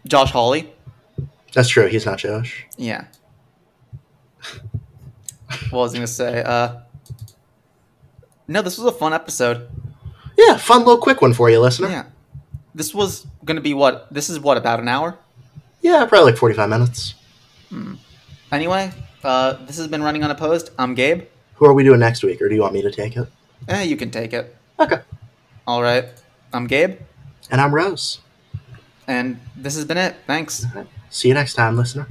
Speaker 2: Josh Hawley?
Speaker 1: That's true. He's not Jewish.
Speaker 2: Yeah. What was I gonna say? Uh No, this was a fun episode.
Speaker 1: Yeah, fun little quick one for you, listener.
Speaker 2: Yeah. This was gonna be what this is what, about an hour?
Speaker 1: yeah probably like forty-five minutes.
Speaker 2: Anyway, uh this has been running unopposed. I'm Gabe.
Speaker 1: Who are we doing next week, or do you want me to take it?
Speaker 2: Eh, you can take it.
Speaker 1: Okay.
Speaker 2: Alright. I'm Gabe,
Speaker 1: And I'm Rose.
Speaker 2: and this has been it. Thanks.
Speaker 1: See you next time, listener.